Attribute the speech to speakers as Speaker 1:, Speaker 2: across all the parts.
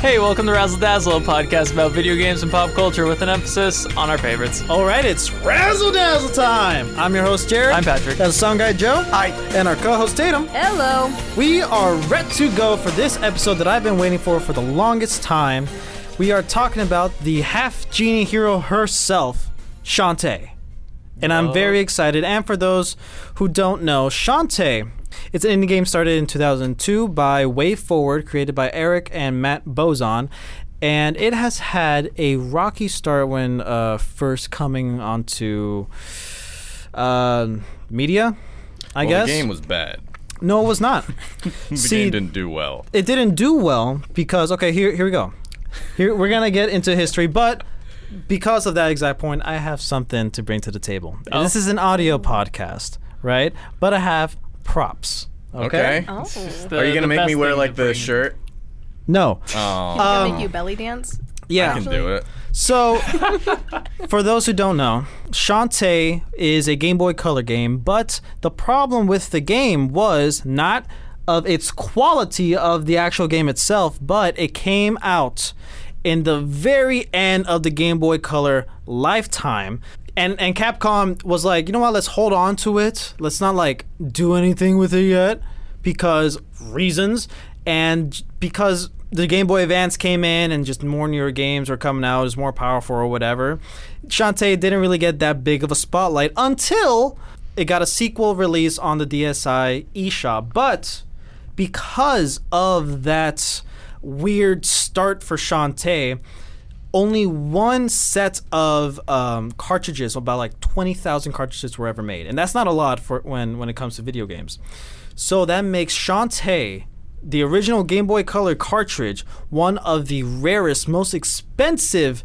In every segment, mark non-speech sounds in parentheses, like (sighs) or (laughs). Speaker 1: Hey, welcome to Razzle Dazzle, a podcast about video games and pop culture with an emphasis on our favorites.
Speaker 2: All right, it's Razzle Dazzle time. I'm your host, Jared.
Speaker 1: I'm Patrick.
Speaker 2: That's Sound Guy Joe. Hi. And our co host, Tatum.
Speaker 3: Hello.
Speaker 2: We are ready to go for this episode that I've been waiting for for the longest time. We are talking about the half genie hero herself, Shantae. And
Speaker 4: Oh.
Speaker 2: I'm very excited. And for those who don't know, Shantae. It's an indie game started in 2002 by Way Forward, created by Eric and Matt Bozon. And it has had a rocky start when uh, first coming onto uh, media, I
Speaker 4: well,
Speaker 2: guess.
Speaker 4: the game was bad.
Speaker 2: no, it was
Speaker 4: (laughs)
Speaker 2: not.
Speaker 4: The
Speaker 2: See,
Speaker 4: game didn't do well.
Speaker 2: it didn't do well because okay, here here we go. Here we're gonna get into history, but because of that exact point, I have something to bring to the table. And This is an audio podcast, right? But I have props. Okay.
Speaker 4: Okay.
Speaker 3: Oh.
Speaker 4: Are you gonna make me wear like the shirt?
Speaker 2: No.
Speaker 4: Oh,
Speaker 3: Gonna make you belly dance?
Speaker 2: yeah.
Speaker 4: I can do it.
Speaker 2: So, for those who don't know, Shantae is a Game Boy Color game, but the problem with the game was not of its quality of the actual game itself, but it came out in the very end of the Game Boy Color lifetime. And, and Capcom was like, you know what, let's hold on to it. Let's not like do anything with it yet because reasons and because the Game Boy Advance came in and just more newer games were coming out, it was more powerful or whatever. Shantae didn't really get that big of a spotlight until it got a sequel release on the DSi eShop. But because of that weird start for Shantae, only one set of um, cartridges, about like 20,000 cartridges, were ever made. And that's not a lot for when, when it comes to video games. So that makes Shantae, the original Game Boy Color cartridge, one of the rarest, most expensive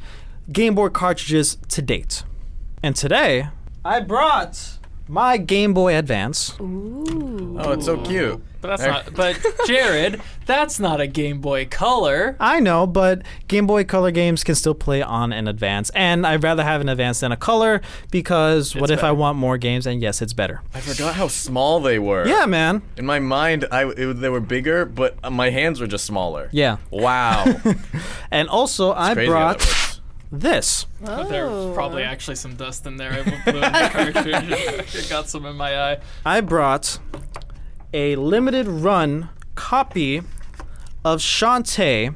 Speaker 2: Game Boy cartridges to date. And today, I brought my Game Boy Advance.
Speaker 4: Oh, it's so cute.
Speaker 1: But that's not. But Jared, that's not a Game Boy Color.
Speaker 2: I know, but Game Boy Color games can still play on an Advance, and I'd rather have an Advance than a Color because what if I
Speaker 1: better.
Speaker 2: want more games? And yes, it's better.
Speaker 4: I forgot how small they were.
Speaker 2: Yeah, man.
Speaker 4: In my mind, I it, they were bigger, but uh, my hands were just smaller.
Speaker 2: Yeah.
Speaker 4: Wow. Crazy
Speaker 2: (laughs) And also, I
Speaker 4: how that
Speaker 2: brought
Speaker 4: works.
Speaker 2: this.
Speaker 1: But there was probably actually some dust in there. I blew in the cartridge. (laughs) It got some in my eye.
Speaker 2: I brought a limited run copy of Shantae,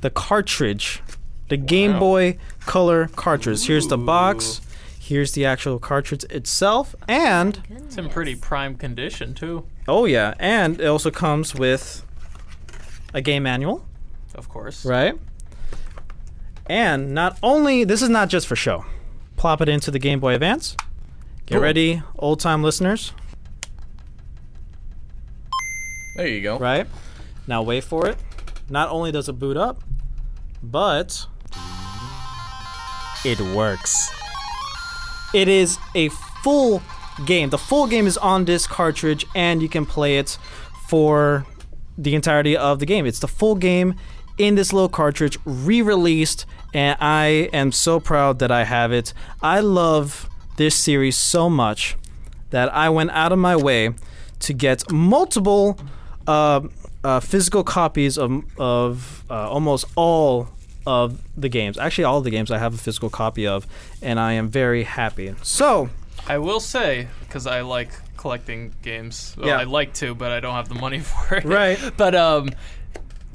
Speaker 2: the cartridge, the Game Boy Color cartridge. Here's the box. Here's the actual cartridge itself, and
Speaker 1: It's in pretty prime condition too,
Speaker 2: oh yeah, and it also comes with a game manual.
Speaker 1: of course.
Speaker 2: Right. And not only this is not just for show. Plop it into the Game Boy Advance. Get
Speaker 4: Boom.
Speaker 2: ready, old time listeners.
Speaker 4: There you go.
Speaker 2: Right. Now wait for it. Not only does it boot up, but it works. It is a full game. The full game is on this cartridge, and you can play it for the entirety of the game. It's the full game in this little cartridge, re released, and I am so proud that I have it. I love this series so much that I went out of my way to get multiple uh, uh, physical copies of, of uh, almost all of the games. Actually, all of the games I have a physical copy of, and I am very happy. So,
Speaker 1: I will say, because I like collecting games. Well,
Speaker 2: Yeah.
Speaker 1: I like to, but I don't have the money (laughs) for it.
Speaker 2: Right.
Speaker 1: But um,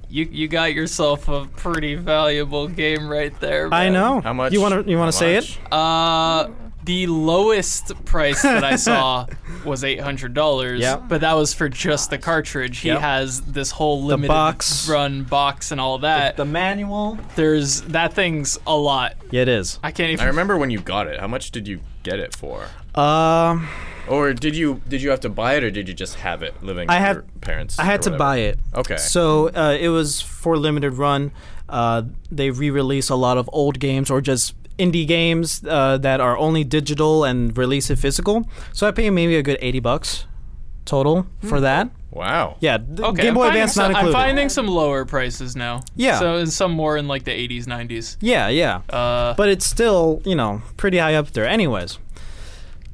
Speaker 1: you you got yourself a pretty valuable game right there.
Speaker 2: I
Speaker 1: man.
Speaker 2: know.
Speaker 4: How much?
Speaker 2: You want to you want to
Speaker 4: how
Speaker 2: say
Speaker 4: much?
Speaker 2: it?
Speaker 1: Uh, the lowest price that I saw was eight hundred dollars.
Speaker 2: Yep.
Speaker 1: But that was for just the cartridge. He
Speaker 2: Yep.
Speaker 1: has this whole limited
Speaker 2: box.
Speaker 1: run box and all that.
Speaker 2: manual.
Speaker 1: There's that thing's a lot.
Speaker 2: Yeah, it is.
Speaker 1: I can't even.
Speaker 4: I remember when you got it. How much did you get it for?
Speaker 2: Um,
Speaker 4: Or did you did you have to buy it, or did you just have it living
Speaker 2: I
Speaker 4: with
Speaker 2: had-
Speaker 4: your parents?
Speaker 2: I had to buy it.
Speaker 4: Okay.
Speaker 2: So uh, it was for limited run. Uh, they re-release a lot of old games or just indie games uh, that are only digital and release it physical. So I paid maybe a good eighty bucks total for that.
Speaker 4: Wow.
Speaker 2: Yeah, th-
Speaker 1: Hmm. Okay,
Speaker 2: Game
Speaker 1: I'm
Speaker 2: Boy
Speaker 1: finding
Speaker 2: Advance
Speaker 1: some,
Speaker 2: not included.
Speaker 1: I'm finding some lower prices now.
Speaker 2: Yeah.
Speaker 1: So and some more in like the 80s, 90s.
Speaker 2: yeah, yeah.
Speaker 1: Uh,
Speaker 2: but it's still, you know, pretty high up there. Anyways,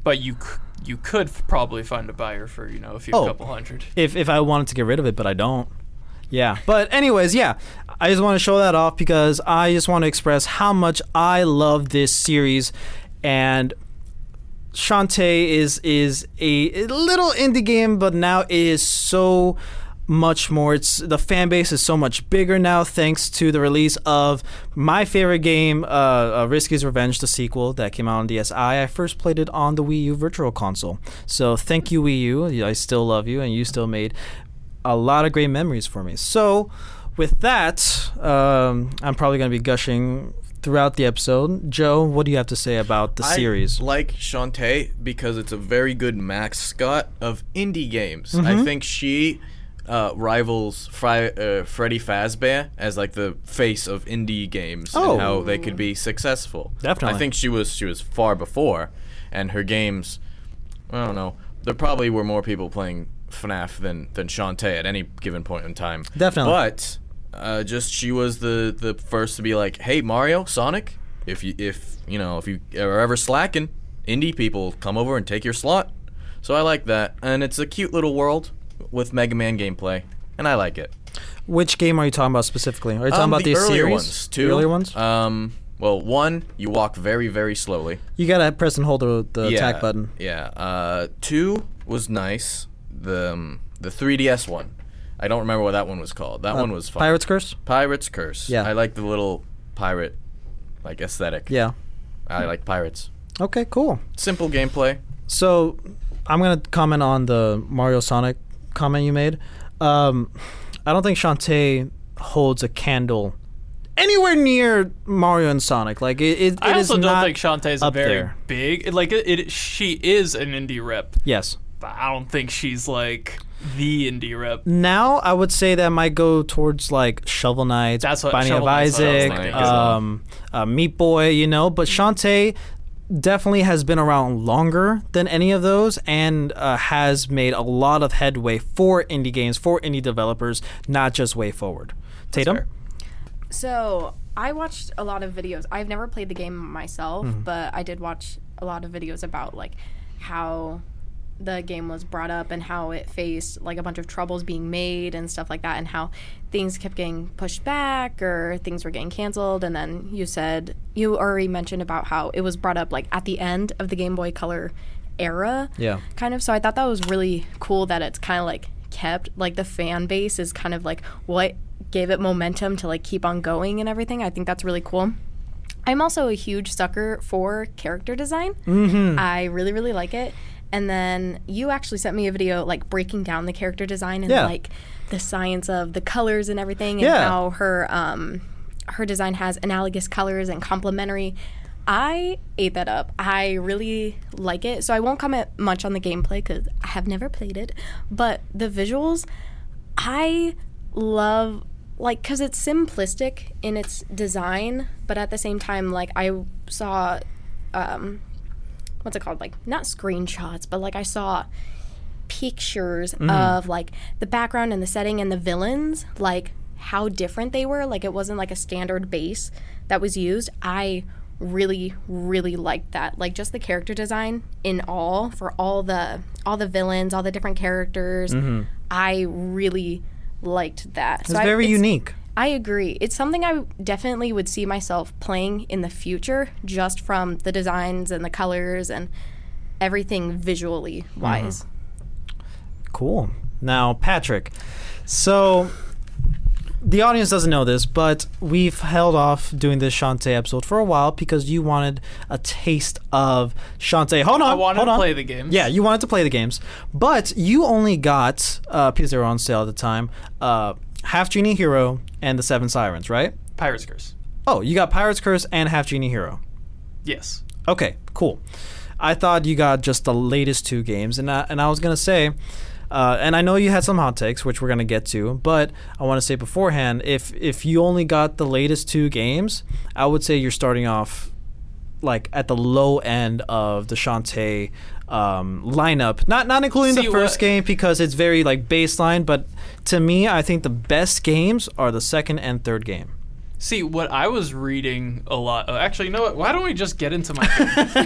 Speaker 1: But you c- you could f- probably find a buyer for you know a few
Speaker 2: Oh.
Speaker 1: couple hundred.
Speaker 2: if if I wanted to get rid of it, but I don't. Yeah. But anyways, yeah. I just want to show that off because I just want to express how much I love this series, and Shantae is is a little indie game, but now it is so much more. It's the fan base is so much bigger now thanks to the release of my favorite game, uh, uh, Risky's Revenge, the sequel that came out on DSi. I first played it on the Wii U Virtual Console. So thank you Wii U. I still love you, and you still made a lot of great memories for me. So with that, um, I'm probably going to be gushing throughout the episode. Joe, what do you have to say about the
Speaker 4: I
Speaker 2: series?
Speaker 4: like Shantae because it's a very good mascot of indie games.
Speaker 2: Mm-hmm.
Speaker 4: I think she uh, rivals Fri- uh, Freddy Fazbear as like the face of indie games
Speaker 2: Oh.
Speaker 4: and how they could be successful.
Speaker 2: Definitely.
Speaker 4: I think she was she was far before, and her games, I don't know, there probably were more people playing FNAF than than Shantae at any given point in time.
Speaker 2: Definitely.
Speaker 4: but. Uh, just she was the, the first to be like, "Hey Mario, Sonic, if you if you know if you are ever slacking, indie people come over and take your slot." So I like that, and it's a cute little world with Mega Man gameplay, and I like it.
Speaker 2: Which game are you talking about specifically? Are you talking
Speaker 4: Um,
Speaker 2: about
Speaker 4: the
Speaker 2: these
Speaker 4: earlier
Speaker 2: series?
Speaker 4: ones too.
Speaker 2: The earlier ones?
Speaker 4: Um, well, one you walk very very slowly.
Speaker 2: you gotta press and hold the, the
Speaker 4: yeah,
Speaker 2: attack button.
Speaker 4: Yeah. Uh, two was nice. The um, the 3DS one, I don't remember what that one was called. That one was fun.
Speaker 2: Uh, Pirate's Curse?
Speaker 4: Pirate's Curse.
Speaker 2: Yeah.
Speaker 4: I like the little pirate, like aesthetic.
Speaker 2: Yeah.
Speaker 4: I like pirates.
Speaker 2: Okay, cool.
Speaker 4: Simple gameplay.
Speaker 2: So, I'm gonna comment on the Mario Sonic comment you made. Um, I don't think Shantae holds a candle anywhere near Mario and Sonic. Like it, it,
Speaker 1: I
Speaker 2: it is
Speaker 1: also don't
Speaker 2: not.
Speaker 1: think Shantae's a
Speaker 2: up
Speaker 1: very
Speaker 2: there.
Speaker 1: big. Like it, it, she is an indie rep,
Speaker 2: yes.
Speaker 1: but I don't think she's like the indie rep.
Speaker 2: Now I would say that might go towards like Shovel Knight,
Speaker 1: That's what-
Speaker 2: Binding
Speaker 1: Shovel
Speaker 2: of
Speaker 1: Knight's what I was
Speaker 2: Isaac,
Speaker 4: thinking as well.
Speaker 2: um, uh, Meat Boy, you know. But Shantae definitely has been around longer than any of those, and uh, has made a lot of headway for indie games, for indie developers, not just way forward. Tatum,
Speaker 4: fair.
Speaker 3: So I watched a lot of videos. I've never played the game myself, but I did watch a lot of videos about like how the game was brought up and how it faced like a bunch of troubles being made and stuff like that and how things kept getting pushed back or things were getting canceled and then you said you already mentioned about how it was brought up like at the end of the Game Boy Color era
Speaker 2: Yeah.
Speaker 3: kind of so i thought that was really cool that it's kind of like kept like the fan base is kind of like what gave it momentum to like keep on going and everything i think that's really cool i'm also a huge sucker for character design i really really like it and then you actually sent me a video like breaking down the character design and
Speaker 2: Yeah.
Speaker 3: like the science of the colors and everything and
Speaker 2: Yeah.
Speaker 3: how her um her design has analogous colors and complementary. I ate that up. I really like it. So I won't comment much on the gameplay because I have never played it. But the visuals, I love, like, because it's simplistic in its design, but at the same time, like, I saw, um, what's it called? Like, not screenshots, but like, I saw pictures
Speaker 2: Mm.
Speaker 3: of like the background and the setting and the villains, like how different they were. Like it wasn't like a standard base that was used. I really, really liked that. Like just the character design in all for all the all the villains, all the different characters.
Speaker 2: Mm-hmm.
Speaker 3: I really liked that.
Speaker 2: it's very unique.
Speaker 3: I agree. It's something I definitely would see myself playing in the future just from the designs and the colors and everything visually wise.
Speaker 2: Mm-hmm. Cool. Now, Patrick. So, the audience doesn't know this, but we've held off doing this Shantae episode for a while because you wanted a taste of Shantae. Hold on.
Speaker 1: I wanted
Speaker 2: hold
Speaker 1: to
Speaker 2: on.
Speaker 1: play the games.
Speaker 2: Yeah, you wanted to play the games, but you only got uh, because they were on sale at the time. Uh, Half Genie Hero and the Seven Sirens, right?
Speaker 1: Pirate's Curse.
Speaker 2: Oh, you got Pirate's Curse and Half Genie Hero.
Speaker 1: Yes.
Speaker 2: Okay, cool. I thought you got just the latest two games, and I, and I was gonna say, uh, and I know you had some hot takes, which we're gonna get to, but I want to say beforehand, if if you only got the latest two games, I would say you're starting off like at the low end of the Shantae um, lineup. Not not including
Speaker 1: See,
Speaker 2: the first
Speaker 1: what-
Speaker 2: game because it's very like baseline, but to me, I think the best games are the second and third game.
Speaker 1: See, what I was reading a lot. oh, actually, you know what? Why don't we just get
Speaker 4: (laughs)
Speaker 1: into my.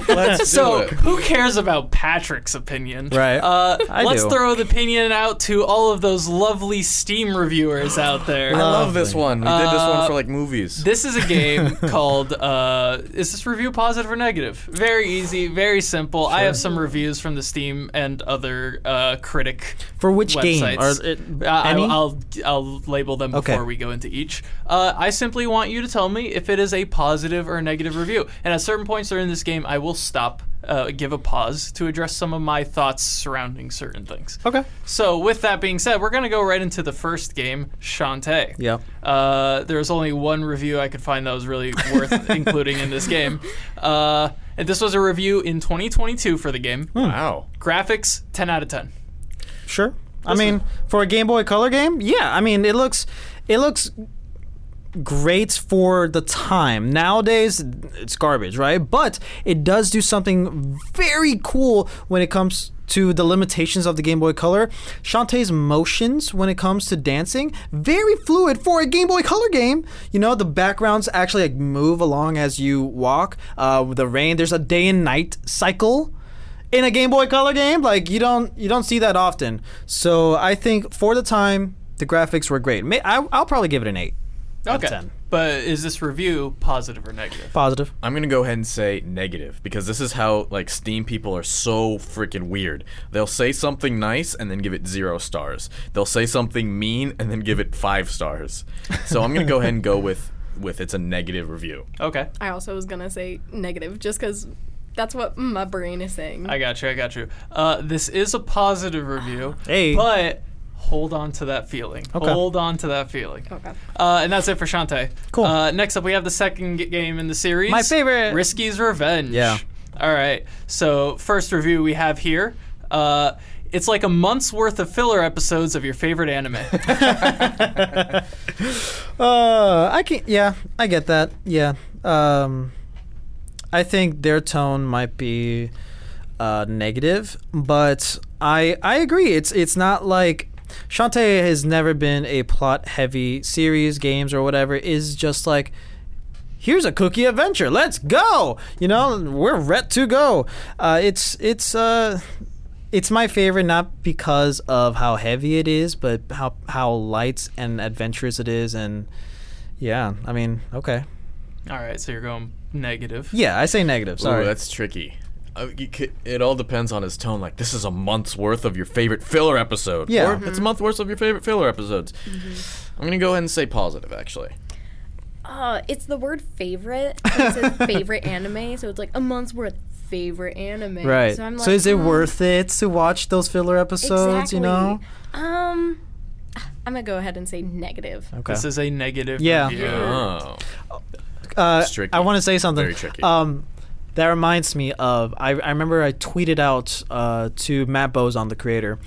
Speaker 4: Let's
Speaker 1: so,
Speaker 4: do it.
Speaker 1: who cares about Patrick's opinion?
Speaker 2: Right.
Speaker 1: Uh,
Speaker 2: I
Speaker 1: let's
Speaker 2: do.
Speaker 1: throw the opinion out to all of those lovely Steam reviewers out there.
Speaker 4: I love this one. We did this
Speaker 1: Uh,
Speaker 4: one for like movies.
Speaker 1: This is a
Speaker 4: (laughs)
Speaker 1: game called uh, Is this review positive or negative? Very easy, very simple. I have some reviews from the Steam and other uh, critic
Speaker 2: For which game? Are
Speaker 1: websites.
Speaker 2: it,
Speaker 1: I,
Speaker 2: any?
Speaker 1: will I'll I'll label them
Speaker 2: Okay.
Speaker 1: before we go into each. Uh, I simply want you to tell me if it is a positive or a negative review. And at certain points during this game, I will stop, uh, give a pause to address some of my thoughts surrounding certain things.
Speaker 2: okay.
Speaker 1: So, with that being said, we're going to go right into the first game, Shantae.
Speaker 2: Yeah.
Speaker 1: Uh, there was only one review I could find that was really worth
Speaker 2: (laughs)
Speaker 1: including in this game. Uh, and this was a review in 2022 for the game.
Speaker 2: Hmm.
Speaker 4: wow.
Speaker 1: Graphics, 10 out of 10.
Speaker 2: Sure. I mean, for a Game Boy Color game, yeah. I mean, it looks it looks great for the time. Nowadays, it's garbage, right? But it does do something very cool when it comes to the limitations of the Game Boy Color. Shantae's motions when it comes to dancing, very fluid for a Game Boy Color game. You know, the backgrounds actually like move along as you walk. Uh, with the rain, there's a day and night cycle in a Game Boy Color game. Like you don't you don't see that often. So I think for the time, the graphics were great. May, I, I'll probably give it an eight.
Speaker 1: Okay.
Speaker 2: out of 10.
Speaker 1: But is this review positive or negative?
Speaker 2: Positive.
Speaker 4: I'm gonna go ahead and say negative because this is how like Steam people are so freaking weird. They'll say something nice and then give it zero stars. They'll say something mean and then give it five stars. So I'm gonna go ahead and
Speaker 2: (laughs)
Speaker 4: go with with it's a negative review.
Speaker 1: Okay.
Speaker 3: I also was gonna say negative, just because that's what my brain is saying.
Speaker 1: I got you. I got you. Uh, this is a positive review.
Speaker 2: (sighs) Hey.
Speaker 1: But hold on to that feeling.
Speaker 2: Okay.
Speaker 1: Hold on to that feeling.
Speaker 3: okay.
Speaker 1: Uh, and that's it for Shantae.
Speaker 2: Cool.
Speaker 1: Uh, next up, we have the second g- game in the series.
Speaker 2: My favorite.
Speaker 1: Risky's Revenge.
Speaker 2: Yeah.
Speaker 1: All right. So, first review we have here. Uh, it's like a month's worth of filler episodes of your favorite
Speaker 2: (laughs)
Speaker 1: anime.
Speaker 2: Uh, I can. Yeah, I get that. Yeah. Um, I think their tone might be uh, negative, but I I agree. It's it's not like Shantae has never been a plot heavy series, games or whatever. Is just like here's a cookie adventure. Let's go. You know, we're ret to go. Uh, it's it's uh, it's my favorite not because of how heavy it is, but how how light and adventurous it is. And yeah, I mean, okay,
Speaker 1: All right. So, you're going negative.
Speaker 2: yeah, I say negative. Sorry,
Speaker 4: Ooh, that's tricky. Uh, you c- it all depends on his tone. Like this is a month's worth of your favorite filler episode.
Speaker 2: Yeah.
Speaker 4: Or it's a month worth of your favorite filler episodes. I'm gonna go ahead and say positive actually.
Speaker 3: Uh, it's the word favorite. It
Speaker 2: (laughs)
Speaker 3: says favorite anime, so it's like a month's worth favorite anime.
Speaker 2: right.
Speaker 3: So
Speaker 2: So,
Speaker 3: I'm like,
Speaker 2: is it
Speaker 3: mm,
Speaker 2: worth it to watch those filler episodes?
Speaker 3: exactly.
Speaker 2: You know,
Speaker 3: Um, I'm gonna go ahead and say negative.
Speaker 2: okay.
Speaker 1: This is a negative
Speaker 2: Yeah.
Speaker 1: review.
Speaker 4: Oh.
Speaker 2: uh,
Speaker 4: It's tricky.
Speaker 2: I want to say something.
Speaker 4: Very tricky.
Speaker 2: Um, that reminds me of I, I remember I tweeted out uh, to Matt Bozon, the creator,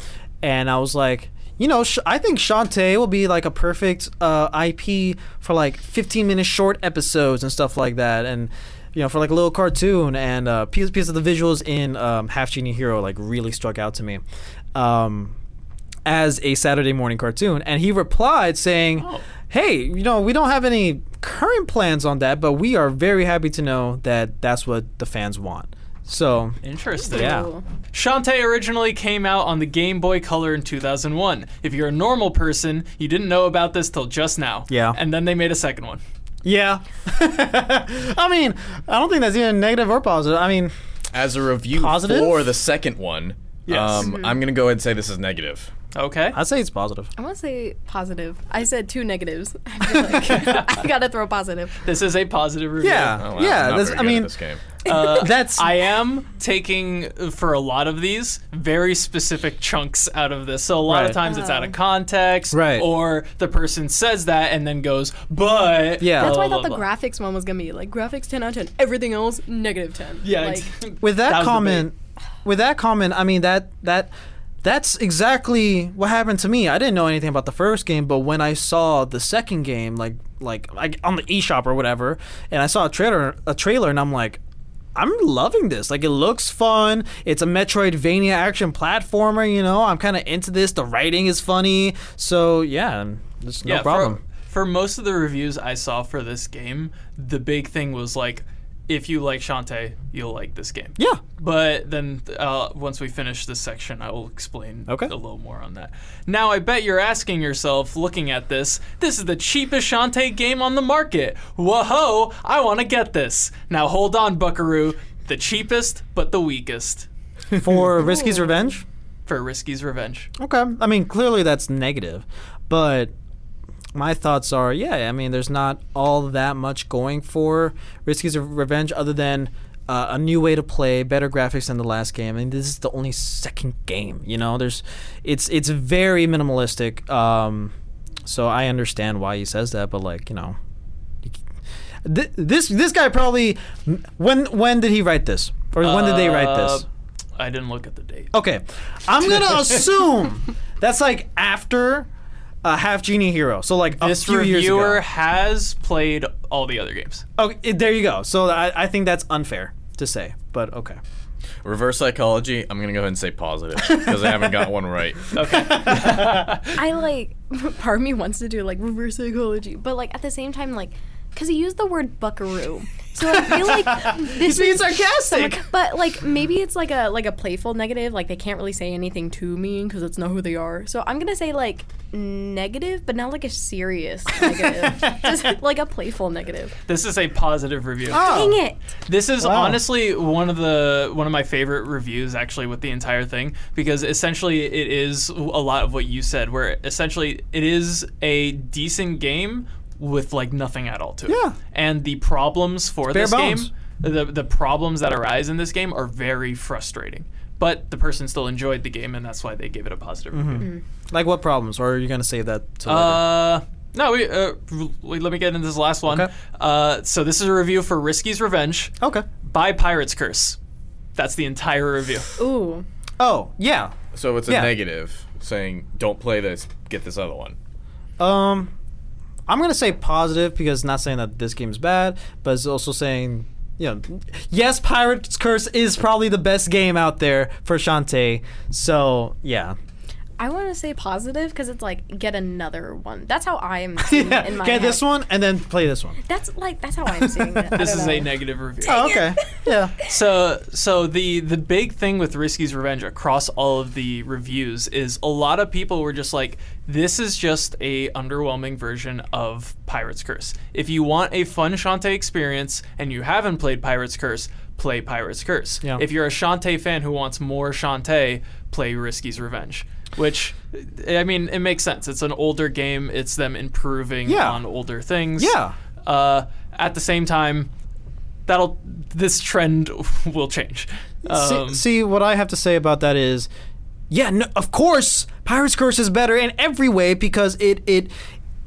Speaker 2: and I was like, you know, sh- I think Shantae will be like a perfect uh, IP for like 15 minute short episodes and stuff like that, and you know, for like a little cartoon and uh, piece piece of the visuals in um, Half Genie Hero like really struck out to me. Um, as a Saturday morning cartoon. And he replied saying,
Speaker 4: Oh.
Speaker 2: Hey, you know, we don't have any current plans on that, but we are very happy to know that that's what the fans want. So,
Speaker 1: Interesting.
Speaker 2: Yeah.
Speaker 3: Ooh.
Speaker 1: Shantae originally came out on the Game Boy Color in 2001. If you're a normal person, you didn't know about this till just now.
Speaker 2: Yeah.
Speaker 1: And then they made a second one.
Speaker 2: yeah. (laughs) I mean, I don't think that's even negative or positive. I mean,
Speaker 4: As a review
Speaker 2: Positive?
Speaker 4: for the second one,
Speaker 1: Yes.
Speaker 4: um, I'm going to go ahead and say this is negative.
Speaker 1: Okay.
Speaker 2: I'd say it's positive.
Speaker 3: I want to say positive. I said two negatives. (laughs) I, feel like (laughs) I gotta throw positive.
Speaker 1: This is a positive review. Uh,
Speaker 2: Yeah.
Speaker 4: Oh, wow,
Speaker 2: yeah.
Speaker 4: I'm
Speaker 2: That's,
Speaker 4: not very
Speaker 2: I
Speaker 4: good at
Speaker 2: mean,
Speaker 4: this game.
Speaker 2: that's.
Speaker 1: I am taking uh, for a lot of these very specific chunks out of this. So a lot of
Speaker 2: Right.
Speaker 1: times it's out
Speaker 3: Oh.
Speaker 1: of context,
Speaker 2: Right.
Speaker 1: Or the person says that and then goes, "But
Speaker 2: Yeah.
Speaker 3: That's why I
Speaker 1: blah,
Speaker 3: thought the
Speaker 1: blah, blah."
Speaker 3: graphics one was gonna be like graphics 10 out of 10. Everything else negative 10.
Speaker 1: Yeah.
Speaker 3: Like,
Speaker 1: ex-
Speaker 2: with that,
Speaker 1: was the
Speaker 2: comment with that comment i mean that that that's exactly what happened to me i didn't know anything about the first game but when i saw the second game like like, like on the eShop or whatever and i saw a trailer a trailer and i'm like I'm loving this. Like, it looks fun. It's a Metroidvania action platformer. You know, I'm kind of into this. The writing is funny. So yeah, there's no
Speaker 1: yeah,
Speaker 2: problem.
Speaker 1: For, for most of the reviews I saw for this game, the big thing was like, if you like Shantae, you'll like this game. (laughs)
Speaker 2: Yeah.
Speaker 1: But then uh, once we finish this section, I will explain
Speaker 2: Okay.
Speaker 1: a little more on that. Now, I bet you're asking yourself, looking at this, this is the cheapest Shantae game on the market. Whoa, I want to get this. Now, hold on, Buckaroo. The cheapest, but the weakest
Speaker 2: For Risky's Revenge?
Speaker 1: for Risky's Revenge.
Speaker 2: Okay. I mean, clearly that's negative, but my thoughts are, yeah. I mean, there's not all that much going for Risky's Revenge other than uh, a new way to play, better graphics than the last game, and this is the only second game. You know, there's, it's it's very minimalistic. Um, so I understand why he says that, but like, you know, th- this this guy probably when when did he write this or when did they write this?
Speaker 1: Uh, I didn't look at the date.
Speaker 2: Okay,
Speaker 1: (laughs)
Speaker 2: I'm gonna assume that's like after uh, Half Genie Hero, so like a
Speaker 1: This
Speaker 2: few years
Speaker 1: reviewer
Speaker 2: ago.
Speaker 1: has played all the other games.
Speaker 2: Okay, it- there you go. So I, I think that's unfair to say, but
Speaker 1: (laughs)
Speaker 2: okay.
Speaker 4: Reverse psychology. I'm gonna go ahead and say positive because I haven't got
Speaker 2: (laughs)
Speaker 4: one right.
Speaker 3: (laughs) I like (laughs) part of me wants to do like reverse psychology, but like at the same time, like because he used the word buckaroo, so I
Speaker 1: (laughs)
Speaker 3: feel like this
Speaker 2: being
Speaker 3: is
Speaker 2: sarcastic.
Speaker 3: But like maybe it's like a like a playful negative, like they can't really say anything to me because it's not who they are. So I'm gonna say like negative, but not like a serious
Speaker 1: (laughs)
Speaker 3: negative, just like a playful negative.
Speaker 1: (laughs) This is a positive review.
Speaker 3: Dang it!
Speaker 1: This is
Speaker 2: Oh. Wow.
Speaker 1: honestly one of the one of my favorite reviews actually with the entire thing because essentially it is a lot of what you said where essentially it is a decent game with like nothing at all to it.
Speaker 2: Yeah.
Speaker 1: And the problems for
Speaker 2: bare
Speaker 1: this
Speaker 2: bones.
Speaker 1: game the the problems that arise in this game are very frustrating. But the person still enjoyed the game and that's why they gave it a positive
Speaker 2: Mm-hmm.
Speaker 1: review.
Speaker 2: Like what problems, or are you gonna save that to later?
Speaker 1: Uh, no, we, uh, r- wait, let me get into this last one.
Speaker 2: Okay. Oh.
Speaker 1: Uh, so this is a review for Risky's Revenge
Speaker 2: Okay.
Speaker 1: by Pirate's Curse. That's the entire review.
Speaker 3: Ooh,
Speaker 2: Oh yeah.
Speaker 4: So it's a
Speaker 2: Yeah.
Speaker 4: negative saying don't play this, get this other one.
Speaker 2: Um, I'm gonna say positive because not saying that this game's bad, but it's also saying. You know, yes, Pirate's Curse is probably the best game out there for Shantae. So, yeah.
Speaker 3: I want to say positive because it's like get another one. That's how I'm seeing it in my
Speaker 2: Get this
Speaker 3: head.
Speaker 2: one and then play this one.
Speaker 3: That's like that's how I'm seeing it. I
Speaker 1: This
Speaker 3: don't
Speaker 1: is
Speaker 3: know.
Speaker 1: a negative review.
Speaker 2: Oh,
Speaker 3: (laughs)
Speaker 2: okay. yeah.
Speaker 1: So, so the the big thing with Risky's Revenge across all of the reviews is a lot of people were just like, "This is just a underwhelming version of Pirate's Curse." If you want a fun Shantae experience and you haven't played Pirate's Curse, play Pirate's Curse.
Speaker 2: Yeah.
Speaker 1: If you're a Shantae fan who wants more Shantae, play Risky's Revenge. Which, I mean, it makes sense. It's an older game. It's them improving
Speaker 2: Yeah.
Speaker 1: on older things.
Speaker 2: Yeah.
Speaker 1: Uh, at the same time, that'll this trend (laughs) will change.
Speaker 2: See-
Speaker 1: Um,
Speaker 2: see, what I have to say about that is, yeah, no, of course, Pirate's Curse is better in every way because it it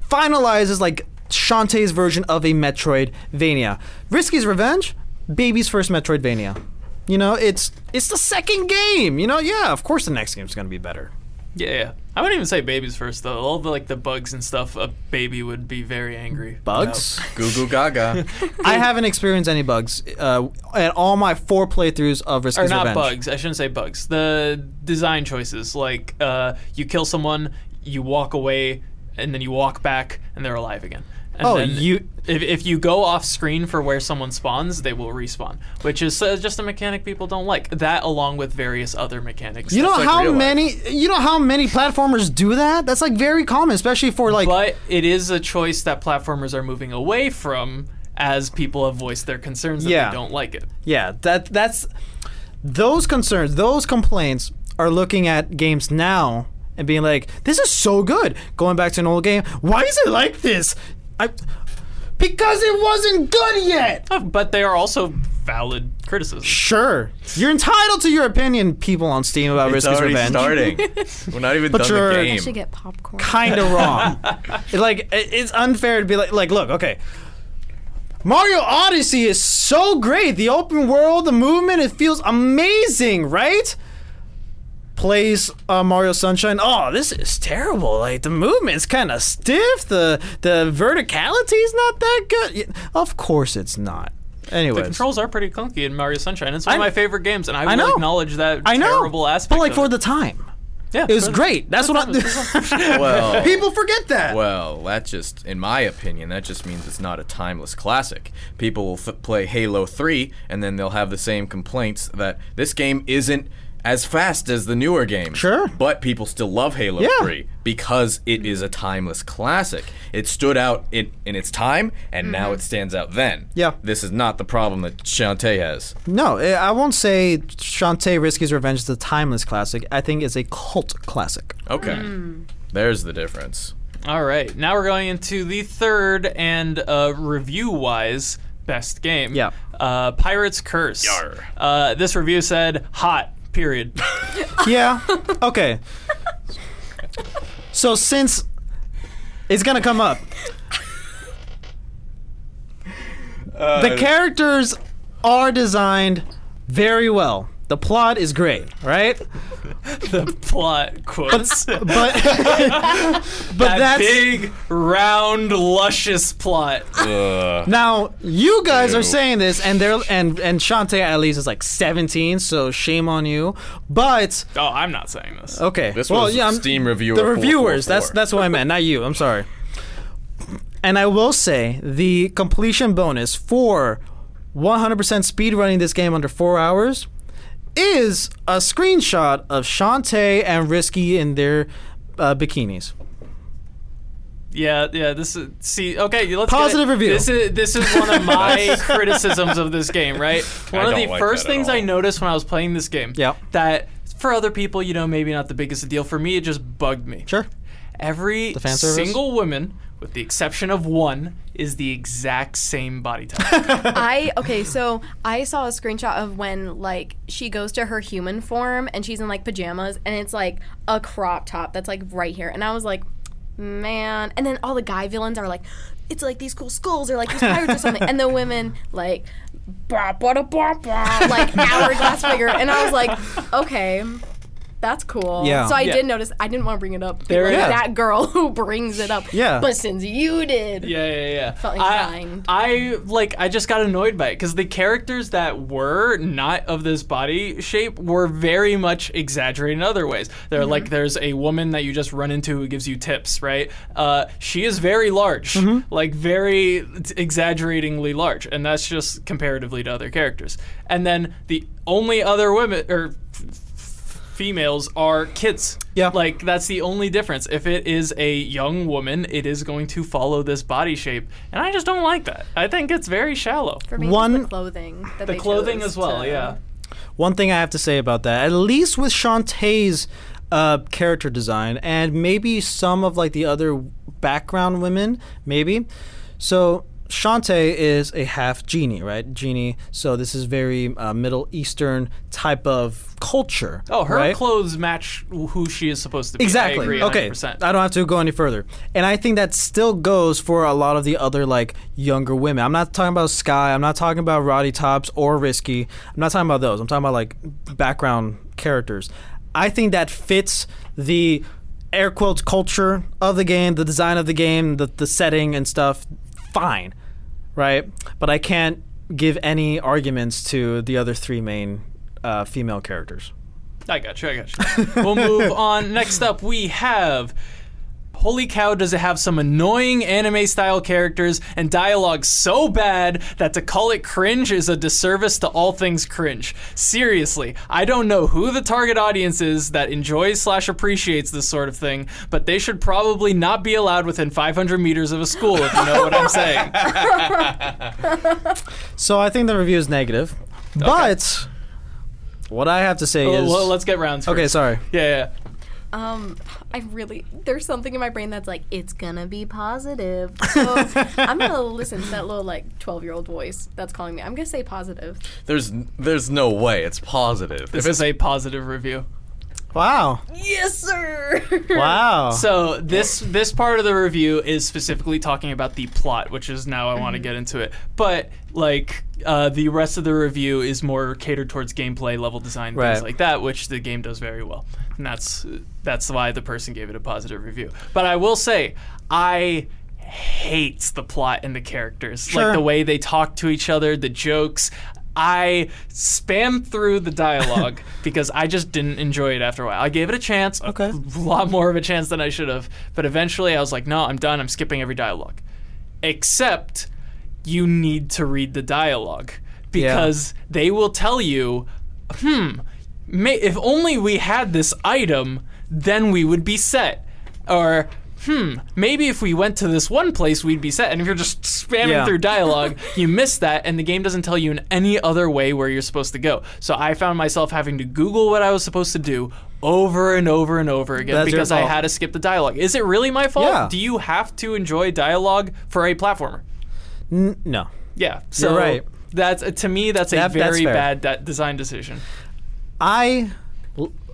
Speaker 2: finalizes like Shantae's version of a Metroidvania. Risky's Revenge, baby's first Metroidvania. You know, it's it's the second game. You know, yeah, of course the next game's gonna be better.
Speaker 1: yeah, yeah. I wouldn't even say babies first though. All the like the bugs and stuff. A baby would be very angry.
Speaker 2: Bugs?
Speaker 4: Goo goo
Speaker 2: (laughs)
Speaker 4: gaga.
Speaker 2: I haven't experienced any bugs uh, at all my four playthroughs of Risky's
Speaker 1: Or not
Speaker 2: Revenge.
Speaker 1: bugs. I shouldn't say bugs. The design choices, like uh, you kill someone, you walk away, and then you walk back, and they're alive again. And
Speaker 2: Oh,
Speaker 1: then
Speaker 2: you-
Speaker 1: If, if you go off screen for where someone spawns, they will respawn, which is uh, just a mechanic people don't like. That, along with various other mechanics.
Speaker 2: You know
Speaker 4: like
Speaker 2: how
Speaker 4: real life.
Speaker 2: many you know how many platformers do that? That's like very common, especially for like
Speaker 1: But it is a choice that platformers are moving away from as people have voiced their concerns that
Speaker 2: Yeah.
Speaker 1: they don't like it.
Speaker 2: yeah, that that's those concerns, those complaints are looking at games now and being like, this is so good. Going back to an old game, why is it like this? I because it wasn't good yet.
Speaker 4: Oh,
Speaker 1: Uh, But they are also valid criticisms.
Speaker 2: Sure, you're entitled to your opinion, people on Steam about
Speaker 4: it's
Speaker 2: Risky's
Speaker 4: already
Speaker 2: Revenge.
Speaker 4: starting. We're not even done
Speaker 2: you're-
Speaker 4: the
Speaker 3: I
Speaker 4: game.
Speaker 3: should get popcorn.
Speaker 1: (laughs)
Speaker 2: kind of wrong. like it- it's unfair to be like like look, okay. Mario Odyssey is so great. The open world, the movement, it feels amazing, right? Plays uh, Mario Sunshine. Oh, this is terrible. Like the movement's kind of stiff. The the verticality's not that good. Y- Of course it's not. Anyways.
Speaker 1: Controls are pretty clunky in Mario Sunshine. It's one
Speaker 2: I-
Speaker 1: of my favorite games, and I,
Speaker 2: I
Speaker 1: will
Speaker 2: know.
Speaker 1: acknowledge that
Speaker 2: I know.
Speaker 1: terrible aspect.
Speaker 2: But like
Speaker 1: of
Speaker 2: for
Speaker 1: it.
Speaker 2: the time.
Speaker 1: Yeah,
Speaker 2: It was
Speaker 1: so-
Speaker 2: great. That's what (laughs) I. (laughs)
Speaker 4: Well,
Speaker 2: People forget that.
Speaker 4: Well, that just, in my opinion, that just means it's not a timeless classic. People will f- play Halo 3, and then they'll have the same complaints that this game isn't as fast as the newer game.
Speaker 2: Sure.
Speaker 4: But people still love Halo
Speaker 2: Yeah.
Speaker 4: 3 because it is a timeless classic. It stood out in, in its time, and now it stands out then.
Speaker 2: Yeah.
Speaker 4: This is not the problem that Shantae has.
Speaker 2: No, eh, I I won't say Shantae Risky's Revenge is a timeless classic. I think it's a cult classic.
Speaker 4: Okay. There's the difference.
Speaker 1: All right, now we're going into the third and uh, review-wise best game.
Speaker 2: Yeah.
Speaker 1: Uh, Pirates Curse.
Speaker 4: Yar.
Speaker 1: Uh, this review said hot. Period. (laughs)
Speaker 2: yeah. Okay. So since it's gonna come up, the characters are designed very well. The plot is great, right?
Speaker 1: the plot quotes.
Speaker 2: But but (laughs)
Speaker 1: that
Speaker 2: that's
Speaker 1: big, round, luscious plot.
Speaker 4: Ugh.
Speaker 2: Now you guys are
Speaker 4: Ew.
Speaker 2: saying this, and they're and and Shantae at least is like 17, so shame on you. But
Speaker 1: Oh, I'm not saying this.
Speaker 2: okay,
Speaker 4: This
Speaker 2: well,
Speaker 4: was
Speaker 2: yeah, I'm-
Speaker 4: Steam reviewer
Speaker 2: the reviewers.
Speaker 4: 444.
Speaker 2: That's that's what I meant, not you. I'm sorry. And I will say the completion bonus for 100% speedrunning this game under four hours is a screenshot of Shantae and Risky in their uh, bikinis.
Speaker 1: Yeah, yeah. This is see. Okay, you- let's
Speaker 2: Positive
Speaker 1: get it.
Speaker 2: review.
Speaker 1: This is this is one of
Speaker 2: (laughs)
Speaker 1: my (laughs) criticisms of this game. Right, one of
Speaker 4: don't
Speaker 1: the
Speaker 4: like
Speaker 1: first
Speaker 4: that at
Speaker 1: things I
Speaker 4: all.
Speaker 1: noticed when I was playing this game.
Speaker 2: Yeah.
Speaker 1: That for other people, you know, maybe not the biggest deal. For me, it just bugged me.
Speaker 2: Sure.
Speaker 1: Every
Speaker 2: fan service?
Speaker 1: single woman, with the exception of one, is the exact same body
Speaker 2: (laughs)
Speaker 1: type.
Speaker 3: I okay, so I saw a screenshot of when like she goes to her human form and she's in like pajamas and it's like a crop top that's like right here, and I was like, man. And then all the guy villains are like, it's like these cool skulls or like these pirates or something, and the women like. Bah, bah, da, bah, bah, like hourglass figure, and I was like, okay, that's cool.
Speaker 2: Yeah.
Speaker 3: So I
Speaker 1: Yeah.
Speaker 3: did notice. I didn't want to bring it up.
Speaker 1: There
Speaker 3: like,
Speaker 1: it is.
Speaker 3: that girl (laughs) who brings it up.
Speaker 2: Yeah.
Speaker 3: But since you
Speaker 1: (laughs)
Speaker 3: did,
Speaker 1: Yeah, yeah, yeah.
Speaker 3: Felt
Speaker 1: I,
Speaker 3: inclined.
Speaker 1: I like I just got annoyed by it because the characters that were not of this body shape were very much exaggerated in other ways. They're like there's a woman that you just run into who gives you tips, right? Uh, she is very large, like very t- exaggeratingly large, and that's just comparatively to other characters. And then the only other women or f- f- females are kids.
Speaker 2: Yeah.
Speaker 1: Like like that's the only difference. If it is a young woman, it is going to follow this body shape, and I just don't like that. I think it's very shallow.
Speaker 3: For me,
Speaker 2: One-
Speaker 3: One, the clothing. That
Speaker 1: The
Speaker 3: they
Speaker 1: clothing
Speaker 3: chose
Speaker 1: as well,
Speaker 3: to-
Speaker 1: yeah.
Speaker 2: One thing I have to say about that, at least with Shantae's uh, character design and maybe some of like the other background women, maybe. So Shantae is a half genie, right? Genie. So this is very uh, Middle Eastern type of culture.
Speaker 1: Oh, her
Speaker 2: right?
Speaker 1: clothes match who she is supposed to be.
Speaker 2: Exactly.
Speaker 1: I agree
Speaker 2: okay.
Speaker 1: 100%.
Speaker 2: I don't have to go any further. And I think that still goes for a lot of the other like younger women. I'm not talking about Sky. I'm not talking about Roddy Tops or Risky. I'm not talking about those. I'm talking about like background characters. I think that fits the air quotes culture of the game, the design of the game, the, the setting and stuff. Fine. Right? But I can't give any arguments to the other three main uh, female characters.
Speaker 1: I got you. I got you. We'll
Speaker 2: (laughs)
Speaker 1: move on. Next up, we have. Holy cow, does it have some annoying anime style characters and dialogue so bad that to call it cringe is a disservice to all things cringe. Seriously, I don't know who the target audience is that enjoys slash appreciates this sort of thing, but they should probably not be allowed within 500 meters of a school if you know what I'm saying.
Speaker 2: So I think the review is negative. But what I have to say
Speaker 1: Well,
Speaker 2: (laughs) is
Speaker 1: Oh, well, let's get rounds
Speaker 2: Okay,
Speaker 1: first.
Speaker 2: sorry.
Speaker 1: Yeah,
Speaker 3: Um, I really there's something in my brain that's like it's gonna
Speaker 2: (laughs)
Speaker 3: be positive. So I'm gonna listen to that little like 12 year old voice that's calling me. I'm gonna say positive.
Speaker 4: There's there's no way it's positive.
Speaker 1: yeah. This is a positive review.
Speaker 2: Wow.
Speaker 3: Yes, sir.
Speaker 2: Wow.
Speaker 1: So this this part of the review is specifically talking about the plot, which is now I want
Speaker 2: Mm-hmm.
Speaker 1: to get into it. But like uh, the rest of the review is more catered towards gameplay, level design,
Speaker 2: Right.
Speaker 1: things like that, which the game does very well, and that's that's why the person gave it a positive review. But I will say, I hate the plot and the characters,
Speaker 2: Sure.
Speaker 1: like the way they talk to each other, the jokes. I spammed through the
Speaker 2: (laughs)
Speaker 1: dialogue because I just didn't enjoy it after a while. I gave it a chance, a
Speaker 2: Okay.
Speaker 1: (laughs) lot more of a chance than I should have, but eventually I was like, no, I'm done. I'm skipping every dialogue. Except you need to read the dialogue because they will tell you, hmm, may, if only we had this item, then we would be set. Or, hmm, maybe if we went to this one place, we'd be set. And if you're just spamming
Speaker 2: Yeah.
Speaker 1: through dialogue, you miss that, and the game doesn't tell you in any other way where you're supposed to go. So I found myself having to Google what I was supposed to do over and over and over again
Speaker 2: That's your
Speaker 1: because I
Speaker 2: fault.
Speaker 1: had to skip the dialogue. Is it really my fault?
Speaker 2: Yeah.
Speaker 1: Do you have to enjoy dialogue for a platformer?
Speaker 2: N- no.
Speaker 1: Yeah. So
Speaker 2: right.
Speaker 1: That's uh, to me. That's a
Speaker 2: That- that's
Speaker 1: very
Speaker 2: fair.
Speaker 1: bad de- design decision.
Speaker 2: I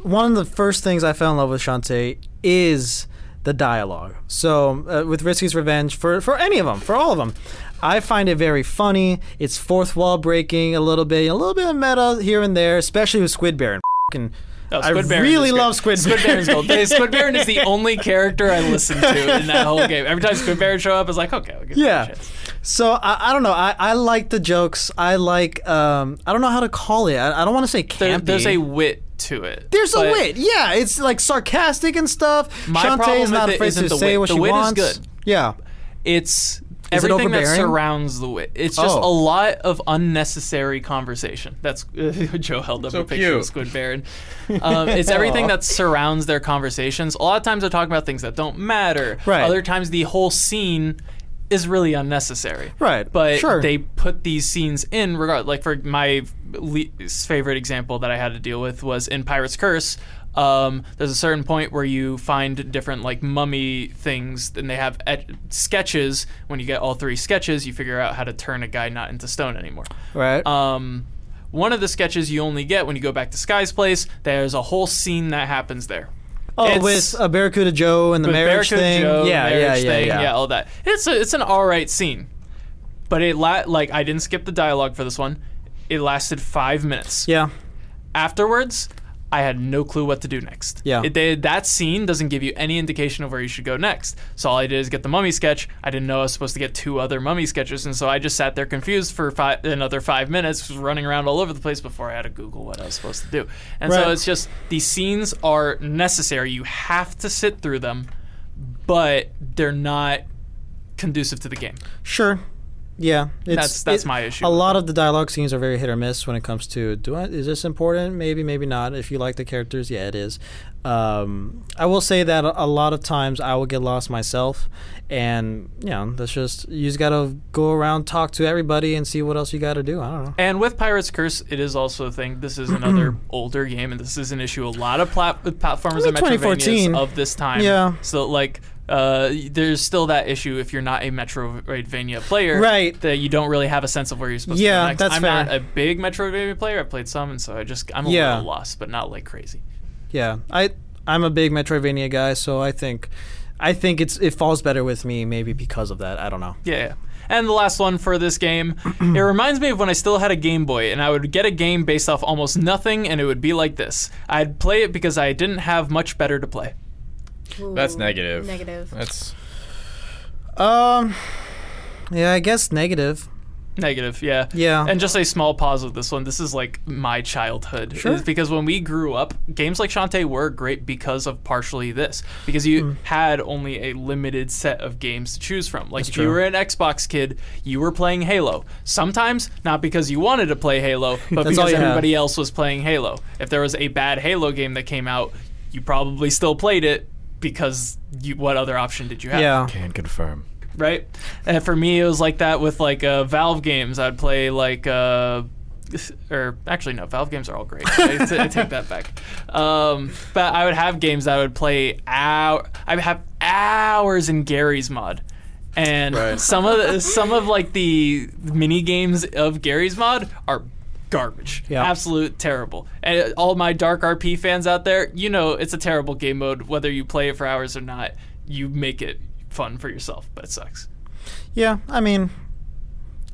Speaker 2: one of the first things I fell in love with Shantae is the dialogue. So uh, with Risky's Revenge, for for any of them, for all of them, I find it very funny. It's fourth wall breaking a little bit, a little bit of meta here and there, especially with Squid Baron. F***ing-
Speaker 1: Oh,
Speaker 2: I
Speaker 1: Squid Baron
Speaker 2: really
Speaker 1: is great.
Speaker 2: love Squid,
Speaker 1: Squid
Speaker 2: Baron. (laughs)
Speaker 1: Baron's gold. Uh, Squid Baron is the only character I listen to in that whole game. Every time Squid Baron show up, I was like, okay, I'll give it a
Speaker 2: Yeah.
Speaker 1: chance.
Speaker 2: So I, I don't know. I, I like the jokes. I like um I don't know how to call it. I, I don't want to say campy.
Speaker 1: There, there's a wit to it.
Speaker 2: There's a
Speaker 1: but
Speaker 2: wit. Yeah, it's like sarcastic and stuff.
Speaker 1: My
Speaker 2: Shantae
Speaker 1: problem
Speaker 2: is not
Speaker 1: with it
Speaker 2: afraid
Speaker 1: isn't
Speaker 2: to
Speaker 1: the
Speaker 2: say
Speaker 1: wit.
Speaker 2: what
Speaker 1: The
Speaker 2: she
Speaker 1: wit is
Speaker 2: wants.
Speaker 1: good.
Speaker 2: Yeah.
Speaker 1: It's everything that
Speaker 2: overbearing?
Speaker 1: surrounds the wit. It's just
Speaker 2: Oh.
Speaker 1: a lot of unnecessary conversation. That's (laughs) Joe held up
Speaker 4: So
Speaker 1: a picture
Speaker 4: cute.
Speaker 1: of Squid
Speaker 2: (laughs)
Speaker 1: Baron. Um, it's everything that surrounds their conversations. A lot of times they're talking about things that don't matter.
Speaker 2: Right.
Speaker 1: Other times the whole scene is really unnecessary.
Speaker 2: Right.
Speaker 1: But
Speaker 2: Sure.
Speaker 1: they put these scenes in regard. Like for my least favorite example that I had to deal with was in Pirate's Curse. Um, there's a certain point where you find different like mummy things, and they have et- sketches. When you get all three sketches, you figure out how to turn a guy not into stone anymore.
Speaker 2: Right.
Speaker 1: Um, one of the sketches you only get when you go back to Sky's place. There's a whole scene that happens there.
Speaker 2: oh,
Speaker 1: it's-
Speaker 2: with a Barracuda Joe and the
Speaker 1: With
Speaker 2: marriage
Speaker 1: Barracuda
Speaker 2: thing.
Speaker 1: Joe,
Speaker 2: yeah,
Speaker 1: marriage
Speaker 2: yeah, yeah,
Speaker 1: thing,
Speaker 2: yeah,
Speaker 1: all that. It's a, it's an all right scene, but it la- like I didn't skip the dialogue for this one. It lasted five minutes.
Speaker 2: Yeah.
Speaker 1: Afterwards, I had no clue what to do next.
Speaker 2: Yeah.
Speaker 1: It, they, that scene doesn't give you any indication of where you should go next. So all I did is get the mummy sketch. I didn't know I was supposed to get two other mummy sketches, and so I just sat there confused for fi- another five minutes, running around all over the place before I had to Google what I was supposed to do. And
Speaker 2: Right.
Speaker 1: so it's just these scenes are necessary. You have to sit through them, but they're not conducive to the game.
Speaker 2: Sure. Yeah. It's,
Speaker 1: That's- that's my issue
Speaker 2: A
Speaker 1: with
Speaker 2: lot of the dialogue scenes are very hit or miss when it comes to do I, is this important? Maybe, maybe not. If you like the characters, yeah, it is. Um, I will say that a a lot of times I will get lost myself, and you know that's just you just gotta go around talk to everybody and see what else you gotta do. I don't know.
Speaker 1: And with Pirate's Curse, it is also a thing. This is
Speaker 2: (clears throat)
Speaker 1: another older game, and this is an issue a lot of plat- platformers
Speaker 2: I
Speaker 1: and
Speaker 2: mean,
Speaker 1: Metroidvanias
Speaker 2: 2014.
Speaker 1: of this time.
Speaker 2: Yeah.
Speaker 1: So like, uh, there's still that issue if you're not a Metroidvania player,
Speaker 2: Right.
Speaker 1: That you don't really have a sense of where you're supposed to.
Speaker 2: Yeah,
Speaker 1: go next.
Speaker 2: that's
Speaker 1: I'm
Speaker 2: fair.
Speaker 1: not a big Metroidvania player. I played some, and so I just I'm a
Speaker 2: Yeah.
Speaker 1: little lost, but not like crazy.
Speaker 2: Yeah, I I'm a big Metroidvania guy, so I think I think it's it falls better with me maybe because of that. I don't know.
Speaker 1: Yeah, yeah. And the last one for this
Speaker 2: (clears throat)
Speaker 1: game, it reminds me of when I still had a Game Boy and I would get a game based off almost nothing and it would be like this. I'd play it because I didn't have much better to play.
Speaker 4: That's
Speaker 3: Ooh,
Speaker 4: negative.
Speaker 3: Negative.
Speaker 4: That's
Speaker 2: Um, yeah, I guess negative.
Speaker 1: Negative, yeah.
Speaker 2: Yeah.
Speaker 1: And just a small pause with this one. This is like my childhood.
Speaker 2: Sure.
Speaker 1: It's Because when we grew up, games like Shantae were great because of partially this. Because you
Speaker 2: Mm.
Speaker 1: had only a limited set of games to choose from. Like if you
Speaker 2: true.
Speaker 1: were an Xbox kid, you were playing Halo. Sometimes not because you wanted to play
Speaker 2: (laughs)
Speaker 1: Halo, but
Speaker 2: That's all
Speaker 1: because
Speaker 2: you have.
Speaker 1: everybody else was playing Halo. If there was a bad Halo game that came out, you probably still played it because you, what other option did you have?
Speaker 2: Yeah.
Speaker 4: can confirm.
Speaker 1: right? And for me, it was like that with like uh, Valve games. I'd play like, uh, or actually no, Valve games are all great. I, t- I take that back. Um, but I would have games that I would play hour. I would have hours in Gary's mod. And
Speaker 4: Right.
Speaker 1: some of the, some of like the mini games of Gary's mod are garbage,
Speaker 2: Yeah.
Speaker 1: absolute terrible. And uh, all my dark RP fans out there, you know it's a terrible game mode. Whether you play it for hours or not, you make it fun for yourself, but it sucks.
Speaker 2: Yeah, I mean,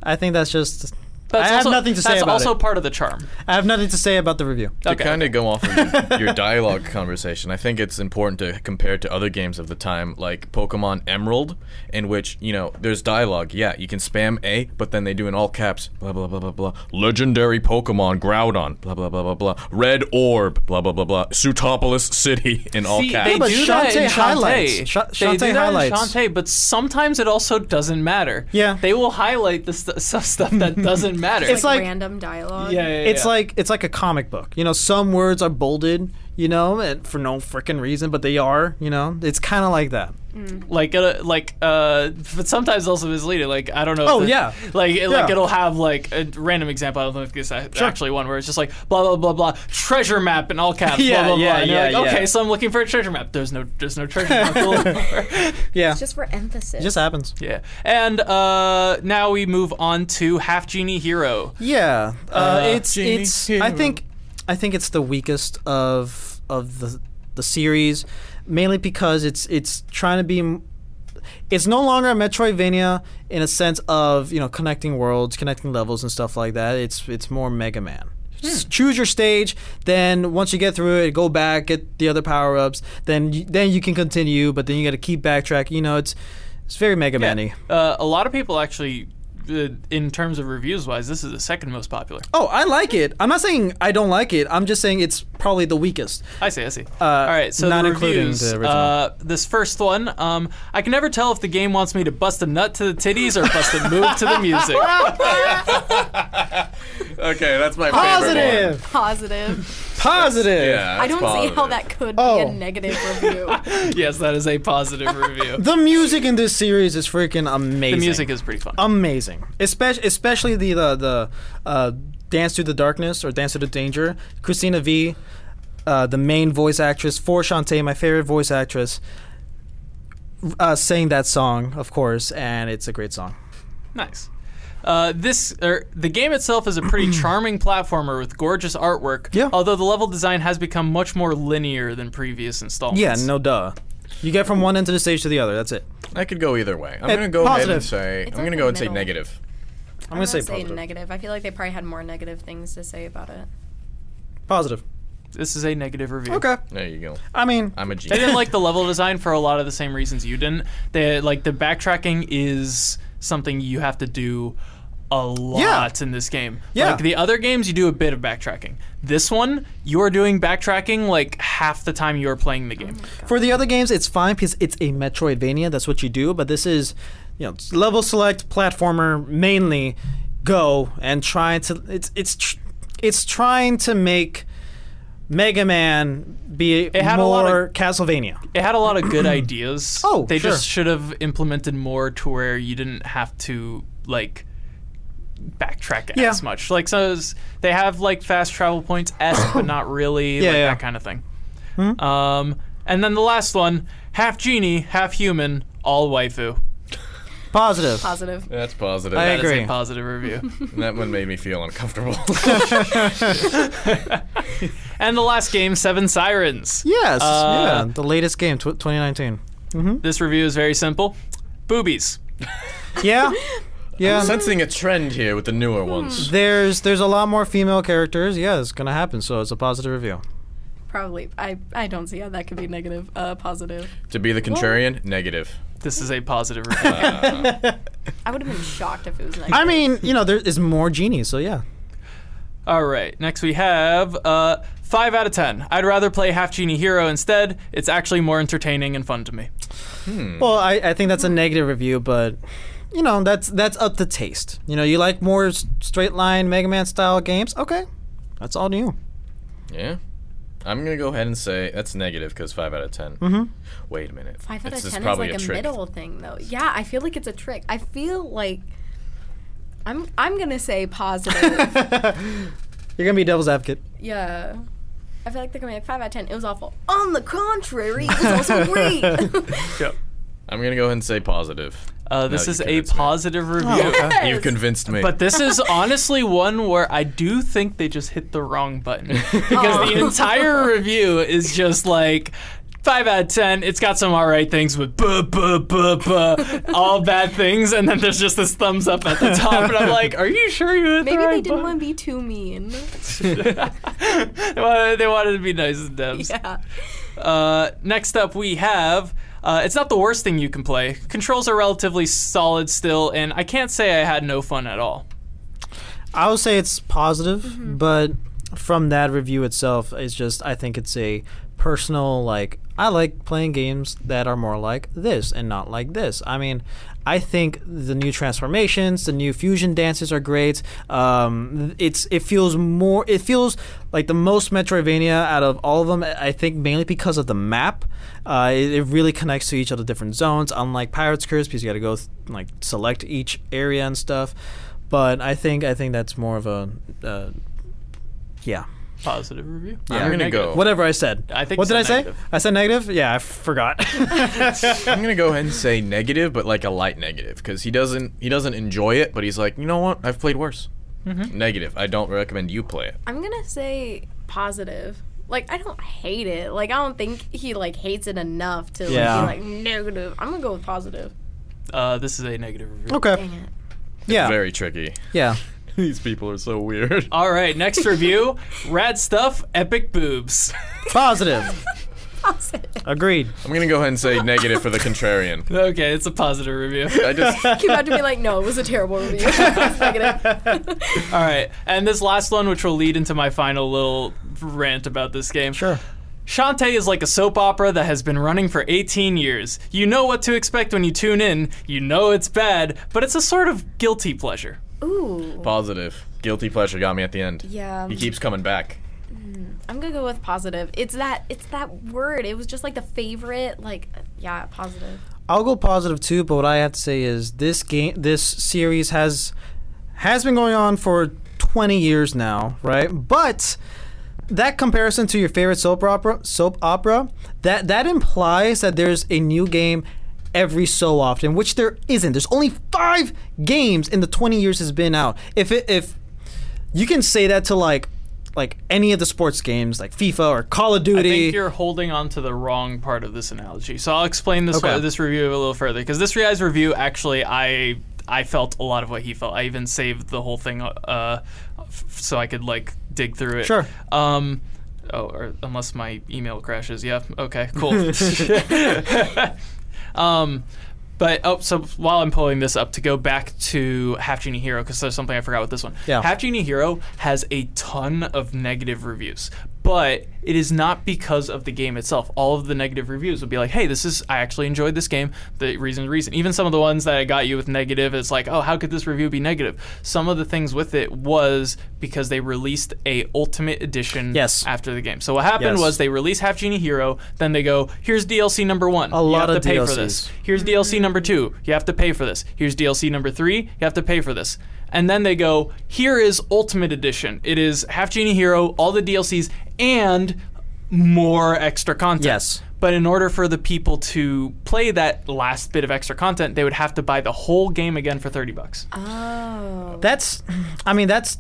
Speaker 2: I think that's just
Speaker 1: But that's
Speaker 2: I have
Speaker 1: also-
Speaker 2: nothing to say
Speaker 1: that's
Speaker 2: about
Speaker 1: also
Speaker 2: it.
Speaker 1: part of the charm.
Speaker 2: I have nothing to say about the review.
Speaker 4: To
Speaker 1: Okay.
Speaker 4: kind of go off of (laughs) your, your dialogue conversation, I think it's important to compare it to other games of the time, like Pokemon Emerald, in which you know there's dialogue. Yeah, you can spam A, but then they do in all caps. Blah blah blah blah blah. Legendary Pokemon Groudon. Blah blah blah blah blah. Red Orb. Blah blah blah blah. Sutopolis City (laughs) in all
Speaker 1: See,
Speaker 4: caps.
Speaker 1: they
Speaker 2: Yeah, but
Speaker 1: do that in
Speaker 2: Shantae highlights.
Speaker 1: Shantae.
Speaker 2: Sha-
Speaker 1: they
Speaker 2: Shantae
Speaker 1: do that in
Speaker 2: highlights.
Speaker 1: Shantae, but sometimes it also doesn't matter.
Speaker 2: Yeah.
Speaker 1: They will highlight the st- (laughs) stuff, stuff that doesn't matter.
Speaker 2: It's like-
Speaker 3: random dialogue.
Speaker 1: yeah, yeah, yeah.
Speaker 2: It's like it's like a comic book. You know, some words are bolded, you know, and for no freaking reason, but they are, you know. It's kind of like that.
Speaker 3: Mm.
Speaker 1: like uh, like uh but sometimes also misleading like i don't know if
Speaker 2: Oh,
Speaker 1: the-
Speaker 2: yeah.
Speaker 1: like it- like
Speaker 2: Yeah.
Speaker 1: it'll have like a random example i don't know if this is actually one where it's just like blah blah blah blah treasure map in all caps
Speaker 2: (laughs) Yeah,
Speaker 1: blah blah
Speaker 2: yeah,
Speaker 1: blah and you're
Speaker 2: yeah,
Speaker 1: like,
Speaker 2: yeah.
Speaker 1: okay so i'm looking for a treasure map there's no there's no treasure
Speaker 2: (laughs)
Speaker 1: map to look for.
Speaker 2: Yeah.
Speaker 3: It's just for emphasis.
Speaker 2: it just happens.
Speaker 1: (laughs) yeah and uh now we move on to half genie hero
Speaker 2: Yeah, uh, it's
Speaker 4: Jimmy
Speaker 2: it's. I
Speaker 4: Hero.
Speaker 2: think I think it's the weakest of of the the series, mainly because it's it's trying to be. m- It's no longer a Metroidvania in a sense of you know connecting worlds, connecting levels, and stuff like that. It's it's more Mega Man. S- Choose your stage. Then once you get through it, go back, get the other power ups. Then you, then you can continue, but then you got to keep backtracking. You know, it's it's very Mega Man-y.
Speaker 1: uh a lot of people actually uh, in terms of reviews wise this is the second most popular
Speaker 2: Oh, I like it. I'm not saying I don't like it. I'm just saying it's probably the weakest.
Speaker 1: I see, I see. All right, so
Speaker 2: Uh, not
Speaker 1: the
Speaker 2: including
Speaker 1: reviews.
Speaker 2: the original.
Speaker 1: Uh, this first one, um, I can never tell if the game wants me to bust a nut to the titties or bust a move to
Speaker 2: (laughs)
Speaker 1: the music.
Speaker 4: (laughs) okay, that's my favorite one.
Speaker 2: Positive.
Speaker 3: Positive.
Speaker 2: Positive.
Speaker 4: Yeah,
Speaker 3: I
Speaker 4: that's
Speaker 3: don't see how
Speaker 4: positive.
Speaker 3: that could
Speaker 2: Oh.
Speaker 3: be a
Speaker 2: (laughs)
Speaker 3: negative review.
Speaker 1: yes, that is a positive review.
Speaker 2: The music in this series is freaking
Speaker 1: The
Speaker 2: amazing. Um,
Speaker 1: music is pretty fun.
Speaker 2: amazing. Especially especially the the, the uh, Dance Through the Darkness or Dance Through the Danger. Christina V, uh, the main voice actress for Shantae, my favorite voice actress, uh, sang that song, of course, and it's a great song.
Speaker 1: Nice. Uh, this er, the game itself is a
Speaker 2: (clears throat)
Speaker 1: pretty charming platformer with gorgeous artwork.
Speaker 2: Yeah.
Speaker 1: Although the level design has become much more linear than previous installments.
Speaker 2: Yeah, no duh. You get from one end of the stage to the other. That's it.
Speaker 4: I could go either way. I'm
Speaker 2: Eh,
Speaker 4: gonna go ahead and
Speaker 2: positive.
Speaker 4: say
Speaker 3: It's
Speaker 4: I'm gonna
Speaker 3: in the
Speaker 4: go and say
Speaker 3: middle.
Speaker 4: negative.
Speaker 2: I'm gonna say
Speaker 3: say
Speaker 2: positive.
Speaker 3: negative. I feel like they probably had more negative things to say about it.
Speaker 2: Positive.
Speaker 1: This is a negative review.
Speaker 2: Okay.
Speaker 4: There you go.
Speaker 2: I mean,
Speaker 4: I'm a
Speaker 1: They
Speaker 4: genius.
Speaker 1: didn't like the level design for a lot of the same reasons you didn't. They like the backtracking is something you have to do a lot in this game.
Speaker 2: Yeah.
Speaker 1: Like the other games you do a bit of backtracking. This one, you're doing backtracking like half the time you're playing the game.
Speaker 2: For the other games, it's fine because it's a Metroidvania. That's what you do. But this is, you know, it's level select platformer mainly. Go and trying to it's it's tr- it's trying to make Mega Man be
Speaker 1: had a
Speaker 2: more
Speaker 1: lot of-
Speaker 2: Castlevania.
Speaker 1: It had a lot
Speaker 2: (clears throat)
Speaker 1: of good ideas.
Speaker 2: Oh,
Speaker 1: they
Speaker 2: sure.
Speaker 1: just should have implemented more to where you didn't have to like backtrack
Speaker 2: Yeah.
Speaker 1: as much. Like so it's- they have like fast travel points esque,
Speaker 2: (coughs)
Speaker 1: but not really
Speaker 2: Yeah, Hmm?
Speaker 1: like
Speaker 2: yeah.
Speaker 1: that kind of thing. Um, and then the last one, half genie, half human, all waifu.
Speaker 2: Positive.
Speaker 3: Positive.
Speaker 4: That's positive.
Speaker 2: I
Speaker 1: That is
Speaker 2: agree.
Speaker 1: a positive
Speaker 2: (laughs)
Speaker 1: review.
Speaker 4: That one made me feel uncomfortable. (laughs)
Speaker 1: and the last game, Seven Sirens.
Speaker 2: Yes.
Speaker 1: Uh,
Speaker 2: yeah. The latest game, tw- 2019.
Speaker 1: This review is very simple. Boobies.
Speaker 2: Yeah. Yeah.
Speaker 4: I'm sensing a trend here with the newer ones.
Speaker 2: there's there's a lot more female characters. Yeah, it's gonna happen. So it's a positive review.
Speaker 3: Probably. I, I don't see how that could be negative. Uh, positive.
Speaker 4: To be the contrarian, negative.
Speaker 1: This is a positive review.
Speaker 3: I would have been shocked if it was negative.
Speaker 2: I mean, you know, there is more genies. So yeah.
Speaker 1: All right. Next we have uh, five out of ten. I'd rather play Half Genie Hero instead. It's actually more entertaining and fun to me.
Speaker 2: Well, I, I think that's a negative review, but you know that's that's up to taste. You know, you like more s- straight line Mega Man style games? Okay, that's all new. (laughs)
Speaker 4: Yeah. I'm gonna go ahead and say that's negative because five out of 10 Wait a minute.
Speaker 3: Five out
Speaker 4: This
Speaker 3: of
Speaker 4: is
Speaker 3: ten is
Speaker 4: probably
Speaker 3: like
Speaker 4: a
Speaker 3: a,
Speaker 4: trick.
Speaker 3: middle thing, though. Yeah, I feel like it's a trick. I feel like I'm I'm gonna say positive.
Speaker 4: (laughs)
Speaker 2: You're gonna be devil's advocate.
Speaker 3: yeah, I feel like they're gonna be like five out of ten. It was awful. On the contrary, it
Speaker 4: (laughs)
Speaker 3: was also great. (laughs)
Speaker 4: I'm gonna go ahead and say positive.
Speaker 1: Uh, this
Speaker 4: you
Speaker 1: is a
Speaker 4: convinced me.
Speaker 1: positive review.
Speaker 4: You convinced me.
Speaker 1: But this is honestly one where I do think they just hit the wrong button because the entire review is just like five out of ten. It's got some all right things, but buh, buh, buh, buh, all bad things. And then there's just this thumbs up at the top, and I'm like, "Are you sure you hit
Speaker 3: Maybe
Speaker 1: the right
Speaker 3: they didn't
Speaker 1: button?"
Speaker 3: want to be
Speaker 4: (laughs)
Speaker 3: too mean.
Speaker 1: they, wanted, they wanted to be nice and devs.
Speaker 3: yeah.
Speaker 1: Uh, next up, we have. Uh, it's not the worst thing you can play. Controls are relatively solid still, and I can't say I had no fun at all.
Speaker 2: I would say it's positive, but from that review itself, it's just I think it's a personal like I like playing games that are more like this and not like this. I mean, I think the new transformations, the new fusion dances are great. Um, it's it feels more it feels like the most Metroidvania out of all of them. I think mainly because of the map. Uh, it, it really connects to each of the different zones. Unlike Pirates Curse, because you got to go th- like select each area and stuff but I think I think that's more of a uh, yeah.
Speaker 1: Positive review.
Speaker 4: I'm
Speaker 1: Or
Speaker 4: gonna
Speaker 1: negative?
Speaker 4: go.
Speaker 2: Whatever I said.
Speaker 1: Oh. I think
Speaker 2: What
Speaker 1: you
Speaker 2: did I
Speaker 1: said
Speaker 2: say?
Speaker 1: negative.
Speaker 2: I said negative. Yeah, I forgot.
Speaker 1: (laughs)
Speaker 4: I'm gonna go ahead and say negative, but like a light negative, because he doesn't he doesn't enjoy it, but he's like, you know what? I've played worse. Negative. I don't recommend you play it.
Speaker 3: I'm gonna say positive. Like I don't hate it. Like I don't think he like hates it enough to
Speaker 2: Yeah.
Speaker 3: like, be like negative. I'm gonna go with positive.
Speaker 1: Uh, this is a negative review.
Speaker 2: okay.
Speaker 3: Dang it.
Speaker 2: Yeah.
Speaker 4: Very tricky.
Speaker 2: yeah.
Speaker 4: (laughs) These people are so weird.
Speaker 1: All right, next
Speaker 4: (laughs)
Speaker 1: review Rad Stuff, Epic Boobs.
Speaker 2: Positive.
Speaker 3: (laughs) Positive.
Speaker 2: Agreed.
Speaker 4: I'm gonna go ahead and say negative for the contrarian.
Speaker 1: okay, it's a positive
Speaker 4: (laughs)
Speaker 1: review.
Speaker 4: I just
Speaker 3: You had to be like, no, (laughs) it was a terrible review. It's negative.
Speaker 1: (laughs) All right, and this last one, which will lead into my final little rant about this game.
Speaker 2: Sure.
Speaker 1: Shantae is like a soap opera that has been running for 18 years. You know what to expect when you tune in, you know it's bad, but it's a sort of guilty pleasure.
Speaker 3: Ooh.
Speaker 4: positive. Guilty pleasure got me at the end.
Speaker 3: Yeah.
Speaker 4: He keeps coming back.
Speaker 3: I'm gonna go with positive. It's that it's that word. It was just like the favorite, like yeah, positive.
Speaker 2: I'll go positive too, but what I have to say is this game, this series has has been going on for 20 years now, right? But that comparison to your favorite soap opera, soap opera, that that implies that there's a new game every so often, which there isn't. There's only five games in the 20 years it's been out. If it, if you can say that to like like any of the sports games, like FIFA or Call of Duty,
Speaker 1: I think you're holding on to the wrong part of this analogy. So I'll explain this
Speaker 2: Okay.
Speaker 1: one- this review a little further because this guy's review actually I I felt a lot of what he felt. I even saved the whole thing uh, f- so I could like dig through it.
Speaker 2: Sure.
Speaker 1: Um, oh, or unless my email crashes. Yeah. Okay.
Speaker 2: (laughs)
Speaker 1: Cool. (laughs) um, but oh, so while I'm pulling this up, to go back to Half Genie Hero because there's something I forgot with this one.
Speaker 2: Yeah.
Speaker 1: Half Genie Hero has a ton of negative reviews, but it is not because of the game itself. All of the negative reviews would be like, "Hey, this is I actually enjoyed this game." The reason, reason. Even some of the ones that I got you with negative, it's like, "Oh, how could this review be negative?" Some of the things with it was because they released a Ultimate Edition
Speaker 2: Yes.
Speaker 1: after the game. So what happened
Speaker 2: Yes.
Speaker 1: was they release Half Genie Hero, then they go, "Here's DLC number one.
Speaker 2: A
Speaker 1: you
Speaker 2: lot
Speaker 1: have
Speaker 2: of
Speaker 1: to pay for
Speaker 2: DLCs.
Speaker 1: this. Here's DLC number two. You have to pay for this. Here's DLC number three. You have to pay for this. And then they go, here is Ultimate Edition. It is Half Genie Hero, all the DLCs, and more extra content.
Speaker 2: Yes.
Speaker 1: But in order for the people to play that last bit of extra content, they would have to buy the whole game again for 30 bucks.
Speaker 3: Oh.
Speaker 2: That's, I mean, that's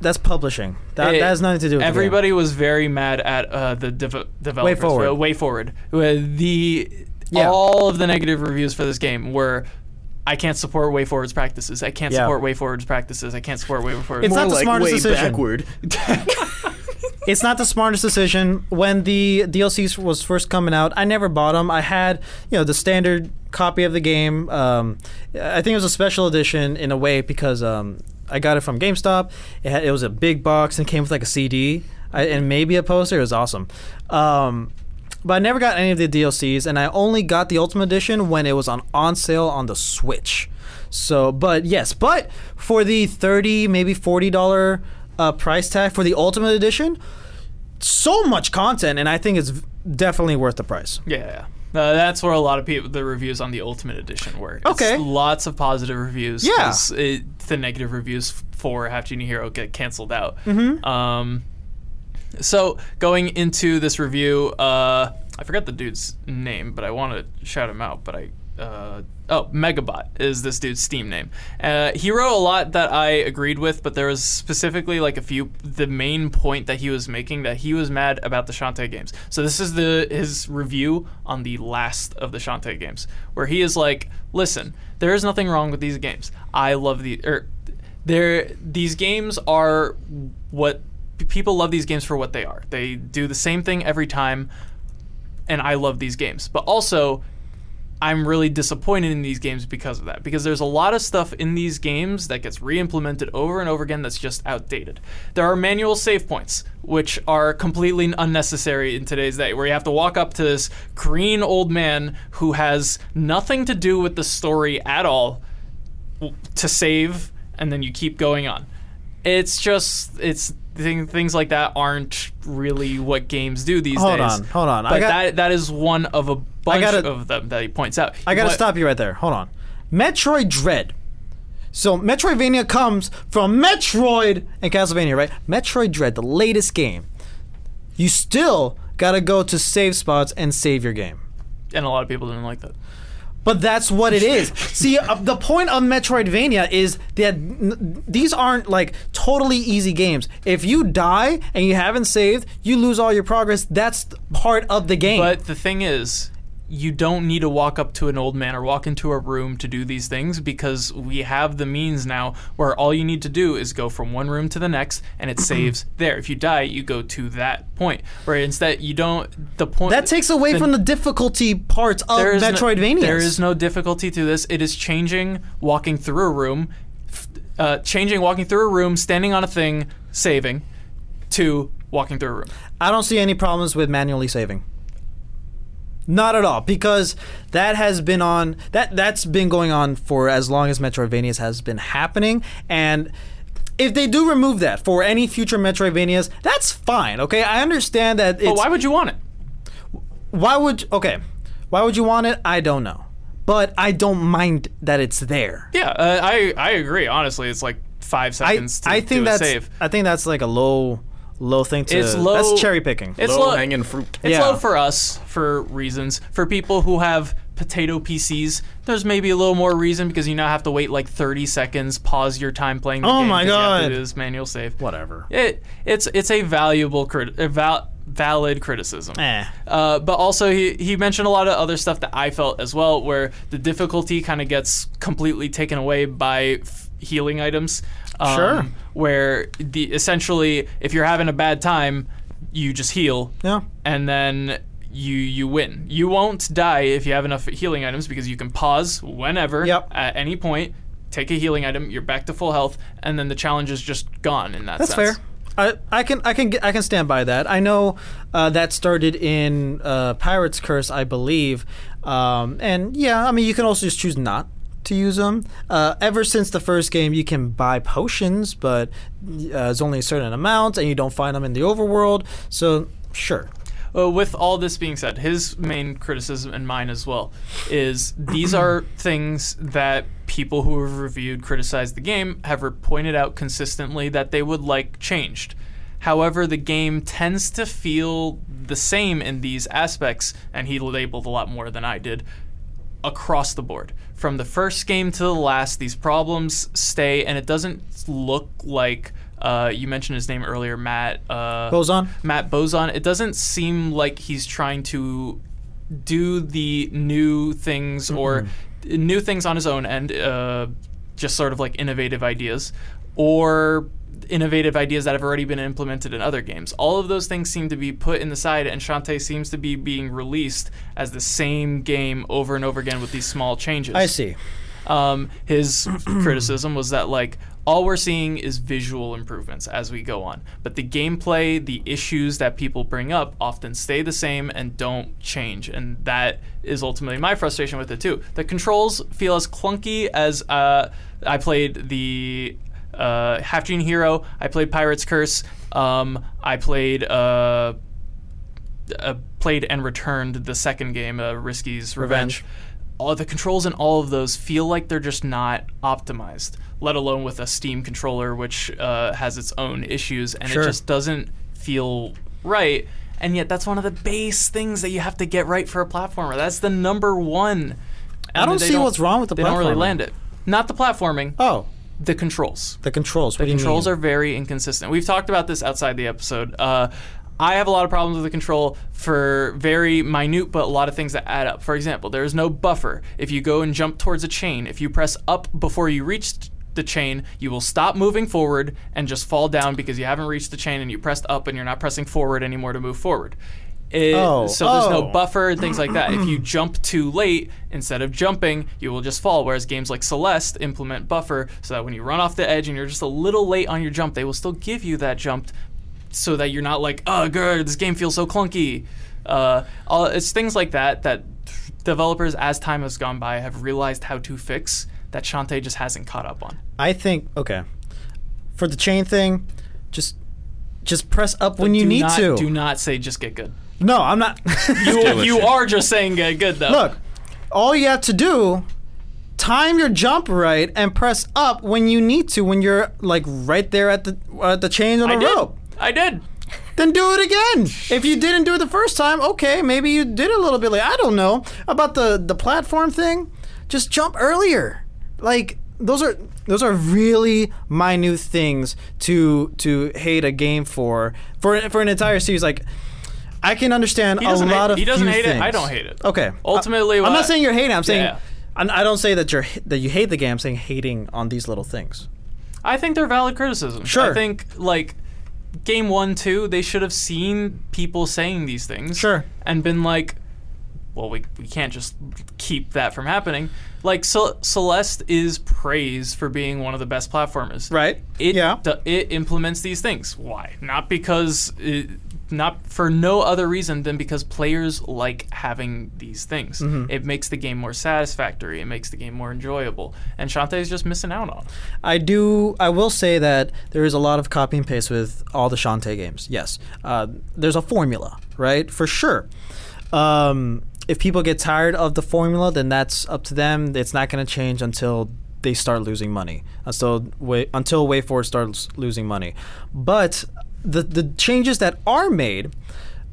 Speaker 2: that's publishing. That,
Speaker 1: It-
Speaker 2: that has nothing to do with the game.
Speaker 1: Everybody was very mad at uh, the dev- developers.
Speaker 2: Forward.
Speaker 1: uh, way forward. Uh, The
Speaker 2: Yeah.
Speaker 1: all of the negative reviews for this game were. I can't support Way Forward's practices. I can't
Speaker 2: Yeah.
Speaker 1: support Way Forward's practices. I can't support Way Forward's.
Speaker 2: It's not the smartest decision. It's not the smartest decision. When the DLCs was first coming out, I never bought them. I had, you know, the standard copy of the game. Um, I think it was a special edition in a way because um, I got it from GameStop. It, had, it was a big box and came with like a CD I, and maybe a poster. It was awesome. Um, but I never got any of the DLCs, and I only got the Ultimate Edition when it was on on sale on the Switch. So, but yes, but for the thirty, maybe forty dollar uh, price tag for the Ultimate Edition, so much content, and I think it's v- definitely worth the price.
Speaker 1: yeah, yeah. Uh, that's where a lot of people the reviews on the Ultimate Edition were. It's
Speaker 2: Okay.
Speaker 1: lots of positive reviews.
Speaker 2: Yeah.
Speaker 1: 'cause it- the negative reviews for Half Genie Hero get canceled out.
Speaker 2: Mm-hmm.
Speaker 1: Um, so going into this review, uh, I forgot the dude's name, but I want to shout him out, but I uh, oh Megabot is this dude's Steam name. Uh, he wrote a lot that I agreed with, but there was specifically like a few the main point that he was making that he was mad about the Shantae games. So this is the his review on the last of the Shantae games, where he is like, listen, there is nothing wrong with these games. I love the er, there these games are what p- people love these games for what they are. They do the same thing every time and I love these games. But also, I'm really disappointed in these games because of that. Because there's a lot of stuff in these games that gets re-implemented over and over again that's just outdated. There are manual save points, which are completely unnecessary in today's day, where you have to walk up to this green old man who has nothing to do with the story at all w- to save, and then you keep going on. It's just it's thing, things like that aren't really what games do these
Speaker 2: Hold
Speaker 1: days.
Speaker 2: on, hold on. I
Speaker 1: But
Speaker 2: got-
Speaker 1: that that is one of a bunch
Speaker 2: gotta-
Speaker 1: of them that he points out.
Speaker 2: I gotta
Speaker 1: What-
Speaker 2: stop you right there. Hold on. Metroid Dread. So Metroidvania comes from Metroid and Castlevania, right? Metroid Dread, the latest game. You still gotta go to save spots and save your game.
Speaker 1: And a lot of people didn't like that.
Speaker 2: But that's what
Speaker 1: (laughs)
Speaker 2: it is. See, uh, the point of Metroidvania is that n- these aren't like totally easy games. If you die and you haven't saved, you lose all your progress. That's th- part of the game.
Speaker 1: But the thing is, you don't need to walk up to an old man or walk into a room to do these things because we have the means now where all you need to do is go from one room to the next and
Speaker 2: (clears throat)
Speaker 1: it saves there. If you die, you go to that point. Where instead you don't the point
Speaker 2: that takes away from the difficulty parts of
Speaker 1: there is no-
Speaker 2: Metroidvania.
Speaker 1: there is no difficulty to this. It is changing walking through a room, f- uh, changing walking through a room, standing on a thing, saving, to walking through a room.
Speaker 2: I don't see any problems with manually saving. Not at all, because that has been on that that's been going on for as long as Metroidvanias has been happening, and if they do remove that for any future Metroidvanias, that's fine. Okay, I understand that. It's,
Speaker 1: But why would you want it?
Speaker 2: why would okay? Why would you want it? I don't know, but I don't mind that it's there.
Speaker 1: Yeah, uh, I I agree. Honestly, it's like five
Speaker 2: I,
Speaker 1: seconds to
Speaker 2: I
Speaker 1: do
Speaker 2: think that's
Speaker 1: a save.
Speaker 2: I think that's like a low low thing to.
Speaker 1: It's low-
Speaker 2: that's cherry picking.
Speaker 1: It's
Speaker 4: Low
Speaker 1: low.
Speaker 4: hanging fruit.
Speaker 1: It's
Speaker 2: Yeah.
Speaker 1: low for us for reasons. For people who have potato PCs, there's maybe a little more reason because you now have to wait like 30 seconds, pause your time playing. The
Speaker 2: Oh
Speaker 1: game
Speaker 2: my
Speaker 1: 'cause you have to
Speaker 2: God.
Speaker 1: do this manual save.
Speaker 2: Whatever.
Speaker 1: It it's it's a valuable crit, a val, valid criticism.
Speaker 2: Eh.
Speaker 1: Uh, but also he, he mentioned a lot of other stuff that I felt as well, where the difficulty kind of gets completely taken away by f- healing items. Um,
Speaker 2: Sure.
Speaker 1: Where the essentially, if you're having a bad time, you just heal.
Speaker 2: Yeah.
Speaker 1: And then you you win. You won't die if you have enough healing items because you can pause whenever
Speaker 2: Yep.
Speaker 1: at any point. Take a healing item, you're back to full health, and then the challenge is just gone in that
Speaker 2: That's
Speaker 1: sense.
Speaker 2: fair. I, I can I can I can stand by that. I know uh, that started in uh, Pirates Curse, I believe, um, and yeah, I mean you can also just choose not to use them. Uh, ever since the first game, you can buy potions, but uh, it's only a certain amount, and you don't find them in the overworld. So sure,
Speaker 1: Uh, with all this being said, his main criticism and mine as well is these are things that people who have reviewed, criticized the game have re- pointed out consistently that they would like changed. However, the game tends to feel the same in these aspects, and he labeled a lot more than I did across the board. From the first game to the last, these problems stay, and it doesn't look like uh, you mentioned his name earlier, Matt. Uh,
Speaker 2: goes on.
Speaker 1: Matt Boson, it doesn't seem like he's trying to do the new things or new things on his own end, uh, just sort of like innovative ideas or innovative ideas that have already been implemented in other games. All of those things seem to be put in the side, and Shantae seems to be being released as the same game over and over again with these small changes
Speaker 2: I see.
Speaker 1: um, his (clears throat) criticism was that like all we're seeing is visual improvements as we go on but the gameplay the issues that people bring up often stay the same and don't change and that is ultimately my frustration with it too the controls feel as clunky as uh, i played the uh, half gene hero i played pirates curse um, i played uh, uh, played and returned the second game, uh, Risky's Revenge.
Speaker 2: Revenge.
Speaker 1: All the controls in all of those feel like they're just not optimized. Let alone with a Steam controller, which uh, has its own issues, and
Speaker 2: Sure.
Speaker 1: it just doesn't feel right. And yet, that's one of the base things that you have to get right for a platformer. That's the number one. And and
Speaker 2: don't
Speaker 1: they
Speaker 2: see what's wrong with the
Speaker 1: They don't really
Speaker 2: platforming.
Speaker 1: land it. Not the platforming,
Speaker 2: Oh,
Speaker 1: the controls.
Speaker 2: the controls.
Speaker 1: The
Speaker 2: What do you
Speaker 1: controls
Speaker 2: mean?
Speaker 1: are very inconsistent. We've talked about this outside the episode. Uh, I have a lot of problems with the control for very minute, but a lot of things that add up. For example, there is no buffer. If you go and jump towards a chain, if you press up before you reach t- the chain, you will stop moving forward and just fall down because you haven't reached the chain and you pressed up and you're not pressing forward anymore to move forward. It-
Speaker 2: Oh,
Speaker 1: so there's no buffer
Speaker 2: oh.
Speaker 1: buffer and things like that. if you jump too late, instead of jumping, you will just fall. Whereas games like Celeste implement buffer so that when you run off the edge and you're just a little late on your jump, they will still give you that jump so that you're not like, oh, girl, this game feels so clunky. Uh, all, it's things like that that developers, as time has gone by, have realized how to fix that Shantae just hasn't caught up on.
Speaker 2: I think okay. For the chain thing, just just press up when you
Speaker 1: Do
Speaker 2: need
Speaker 1: not-
Speaker 2: to.
Speaker 1: Do not say just get good.
Speaker 2: No, I'm not.
Speaker 1: (laughs) You,
Speaker 4: it,
Speaker 1: you
Speaker 4: shit.
Speaker 1: are just saying get good, though.
Speaker 2: Look, all you have to do time your jump right and press up when you need to when you're like right there at the at the chain on
Speaker 1: I
Speaker 2: the
Speaker 1: did.
Speaker 2: rope.
Speaker 1: I did.
Speaker 2: Then do it again. If you didn't do it the first time, okay, maybe you did a little bit late. I don't know about the the platform thing. Just jump earlier. Like those are those are really minute things to to hate a game for for for an entire series. Like I can understand
Speaker 1: He
Speaker 2: a
Speaker 1: doesn't hate,
Speaker 2: lot of
Speaker 1: he doesn't
Speaker 2: few
Speaker 1: hate it. I
Speaker 2: things.
Speaker 1: don't hate it.
Speaker 2: Okay.
Speaker 1: Ultimately,
Speaker 2: I, am
Speaker 1: what-
Speaker 2: not saying you're hating. I'm saying
Speaker 1: Yeah.
Speaker 2: I, I don't say that you're that you hate the game. I'm saying hating on these little things.
Speaker 1: I think they're valid criticisms.
Speaker 2: Sure.
Speaker 1: I think like game one, two, they should have seen people saying these things.
Speaker 2: Sure.
Speaker 1: And been like, well, we, we can't just keep that from happening. Like Cel- Celeste is praised for being one of the best platformers.
Speaker 2: Right.
Speaker 1: It
Speaker 2: yeah.
Speaker 1: do- it implements these things. Why? Not because it, not for no other reason than because players like having these things.
Speaker 2: Mm-hmm.
Speaker 1: It makes the game more satisfactory. It makes the game more enjoyable. And Shantae is just missing out on. it.
Speaker 2: I do. I will say that there is a lot of copy and paste with all the Shantae games. Yes, uh, there's a formula, right? For sure. Um, if people get tired of the formula, then that's up to them. It's not going to change until they start losing money. Until way until WayForward starts losing money. But the the changes that are made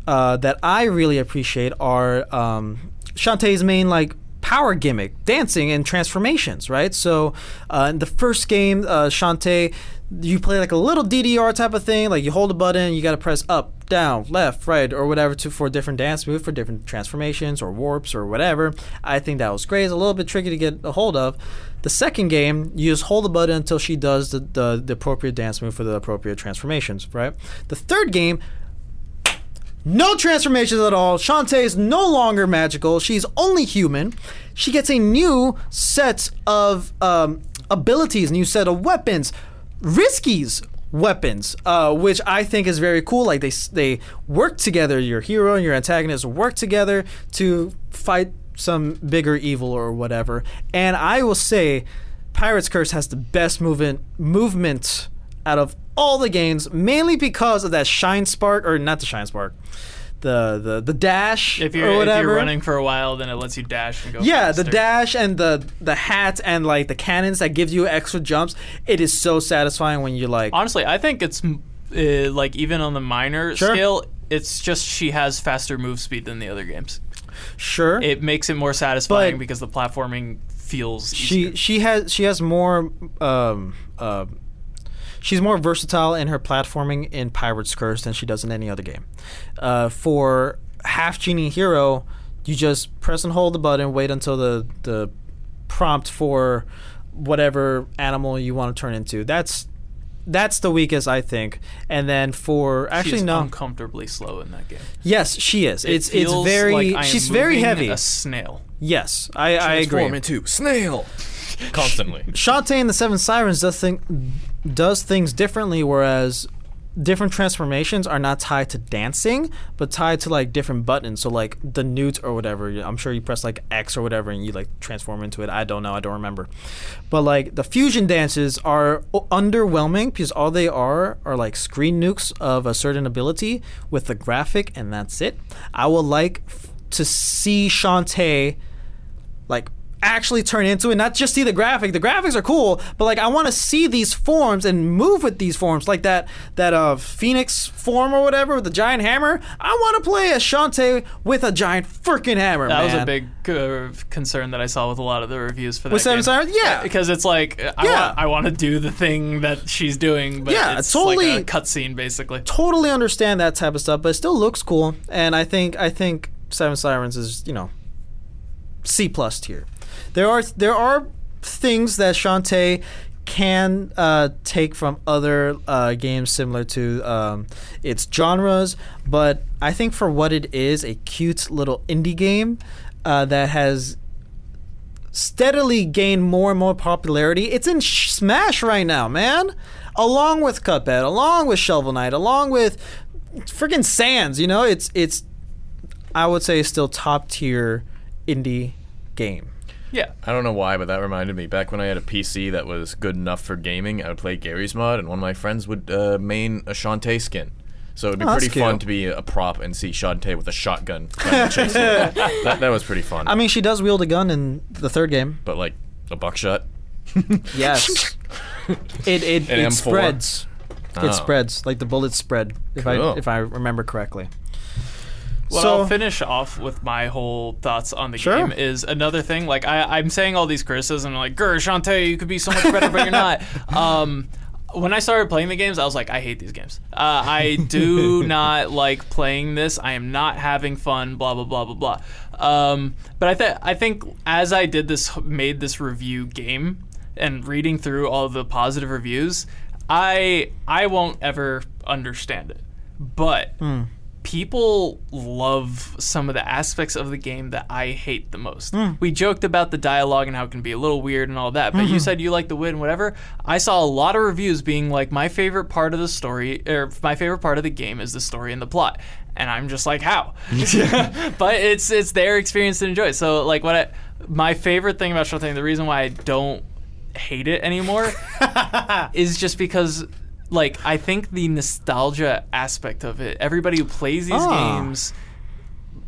Speaker 2: uh, that I really appreciate are um, Shantae's main like power gimmick, dancing and transformations, right? So uh, in the first game, uh, Shantae, you play like a little DDR type of thing, like you hold a button, you got to press up, down, left, right, or whatever to for a different dance move, for different transformations or warps or whatever. I think that was great. It's a little bit tricky to get a hold of. The second game, you just hold the button until she does the, the, the appropriate dance move for the appropriate transformations, right? The third game, no transformations at all. Shantae is no longer magical. She's only human. She gets a new set of um, abilities, new set of weapons, Risky's weapons, uh, which I think is very cool. Like they s- they work together. Your hero and your antagonist work together to fight some bigger evil or whatever. And I will say, Pirate's Curse has the best movement movement out of all the games, mainly because of that shine spark or not the shine spark, the the the dash
Speaker 1: If
Speaker 2: or
Speaker 1: you're, if
Speaker 2: whatever.
Speaker 1: you're running for a while, then it lets you dash and go.
Speaker 2: yeah, the
Speaker 1: faster.
Speaker 2: dash and the the hat and like the cannons that gives you extra jumps. It is so satisfying when you like.
Speaker 1: Honestly, I think it's mm, uh, like even on the minor
Speaker 2: Sure.
Speaker 1: scale, it's just she has faster move speed than the other games.
Speaker 2: Sure,
Speaker 1: It makes it more satisfying
Speaker 2: But-
Speaker 1: because the platforming feels. easier.
Speaker 2: she she has she has more um uh, she's more versatile in her platforming in Pirate's Curse than she does in any other game. Uh, for half genie hero, you just press and hold the button, wait until the the prompt for whatever animal you want to turn into. That's that's the weakest I think. And then for
Speaker 1: She
Speaker 2: actually
Speaker 1: is
Speaker 2: no,
Speaker 1: uncomfortably slow in that game.
Speaker 2: yes, she is. it's it's
Speaker 1: feels
Speaker 2: very
Speaker 1: like I am
Speaker 2: she's very
Speaker 1: moving
Speaker 2: heavy.
Speaker 1: A snail.
Speaker 2: yes, I I agree.
Speaker 4: Transform into snail constantly.
Speaker 2: Shantae and the Seven Sirens does thing does things differently, whereas different transformations are not tied to dancing, but tied to like different buttons. So like the newt or whatever, I'm sure you press like X or whatever, and you like transform into it. I don't know, I don't remember. But like the fusion dances are o- underwhelming because all they are are like screen nukes of a certain ability with the graphic, and that's it. I would like f- to see Shantae like actually turn into it, not just see the graphic. The graphics are cool, but like I want to see these forms and move with these forms, like that that uh phoenix form or whatever with the giant hammer. I want to play Ashante with a giant freaking hammer.
Speaker 1: That was a
Speaker 2: man.
Speaker 1: big uh, concern that I saw with a lot of the reviews for that.
Speaker 2: With Seven
Speaker 1: game.
Speaker 2: Sirens? Yeah.
Speaker 1: because it's like uh, I
Speaker 2: Yeah.
Speaker 1: want I want to do the thing that she's doing, but
Speaker 2: Yeah,
Speaker 1: it's
Speaker 2: totally.
Speaker 1: like a cutscene basically.
Speaker 2: totally understand that type of stuff, but it still looks cool. And I think I think Seven Sirens is you know C plus tier. There are there are things that Shantae can uh, take from other uh, games similar to um, its genres, but I think for what it is, a cute little indie game uh, that has steadily gained more and more popularity. It's in Sh- Smash right now, man. Along with Cuphead, along with Shovel Knight, along with freaking Sands. You know, it's it's I would say still top tier indie game.
Speaker 1: Yeah,
Speaker 4: I don't know why, but that reminded me. Back when I had a PC that was good enough for gaming, I would play Gary's Mod, and one of my friends would uh, main a Shantae skin. So it'd be
Speaker 2: Oh, that's
Speaker 4: pretty fun
Speaker 2: cute.
Speaker 4: to be a prop and see Shantae with a shotgun. trying to chase you.
Speaker 2: (laughs)
Speaker 4: that, that was pretty fun.
Speaker 2: I mean, she does wield a gun in the third game.
Speaker 4: but like a buckshot.
Speaker 2: Yes, (laughs) it it,
Speaker 4: An
Speaker 2: it
Speaker 4: M4?
Speaker 2: spreads.
Speaker 4: Oh.
Speaker 2: It spreads like the bullets spread. If
Speaker 4: Cool.
Speaker 2: I if I remember correctly.
Speaker 1: What
Speaker 2: So-
Speaker 1: I'll finish off with my whole thoughts on the
Speaker 2: Sure.
Speaker 1: game is another thing. Like I, I'm saying all these criticisms, like "Grr, Shantae, you could be so much better, but you're
Speaker 2: (laughs)
Speaker 1: not." Um, when I started playing the games, I was like, "I hate these games. Uh, I do
Speaker 2: (laughs)
Speaker 1: not like playing this. I am not having fun." Blah blah blah blah blah. Um, but I think I think as I did this, made this review game, and reading through all the positive reviews, I I won't ever understand it. But
Speaker 2: Hmm.
Speaker 1: people love some of the aspects of the game that I hate the most. We joked about the dialogue and how it can be a little weird and all that, but you said you like the wit and whatever. I saw a lot of reviews being like, my favorite part of the story, or my favorite part of the game is the story and the plot. And I'm just like, how? (laughs) but it's it's their experience to enjoy. So like what I, my favorite thing about Shotang, the reason why I don't hate it anymore (laughs) is just because like I think the nostalgia aspect of it. Everybody who plays these
Speaker 2: Ah.
Speaker 1: games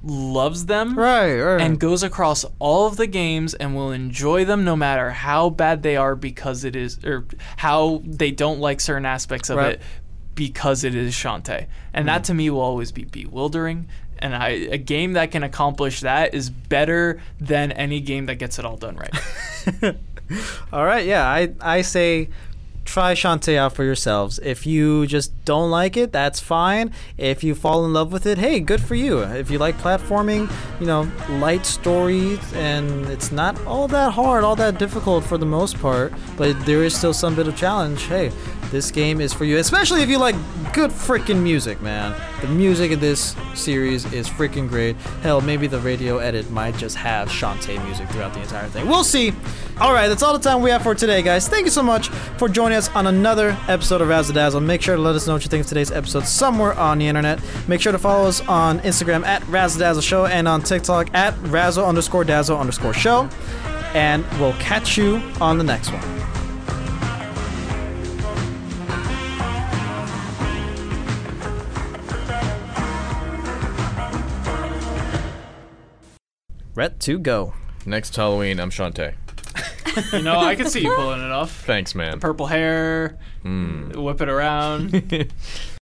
Speaker 1: loves them.
Speaker 2: Right, right.
Speaker 1: And goes across all of the games and will enjoy them no matter how bad they are because it is, or how they don't like certain aspects of
Speaker 2: Right.
Speaker 1: it
Speaker 2: Mm.
Speaker 1: because it is Shantae. And that to me will always be bewildering. And I, a game that can accomplish that is better than any game that gets it all done right.
Speaker 2: All right, yeah, I I say try Shantae out for yourselves. If you just don't like it, that's fine. If you fall in love with it, hey, good for you. If you like platforming, you know, light stories and it's not all that hard, all that difficult for the most part, but there is still some bit of challenge. Hey, this game is for you, especially if you like good freaking music, man. The music in this series is freaking great. Hell, maybe the radio edit might just have Shantae music throughout the entire thing. We'll see. All right, that's all the time we have for today, guys. Thank you so much for joining us on another episode of Razzle Dazzle. Make sure to let us know what you think of today's episode somewhere on the internet. Make sure to follow us on Instagram at Razzle Dazzle Show and on TikTok at Razzle underscore Dazzle underscore Show. And we'll catch you on the next one. Ret to go.
Speaker 4: Next Halloween, I'm Shantae.
Speaker 1: you know, I could see you pulling it off.
Speaker 4: Thanks, man.
Speaker 1: Purple hair, whip it around.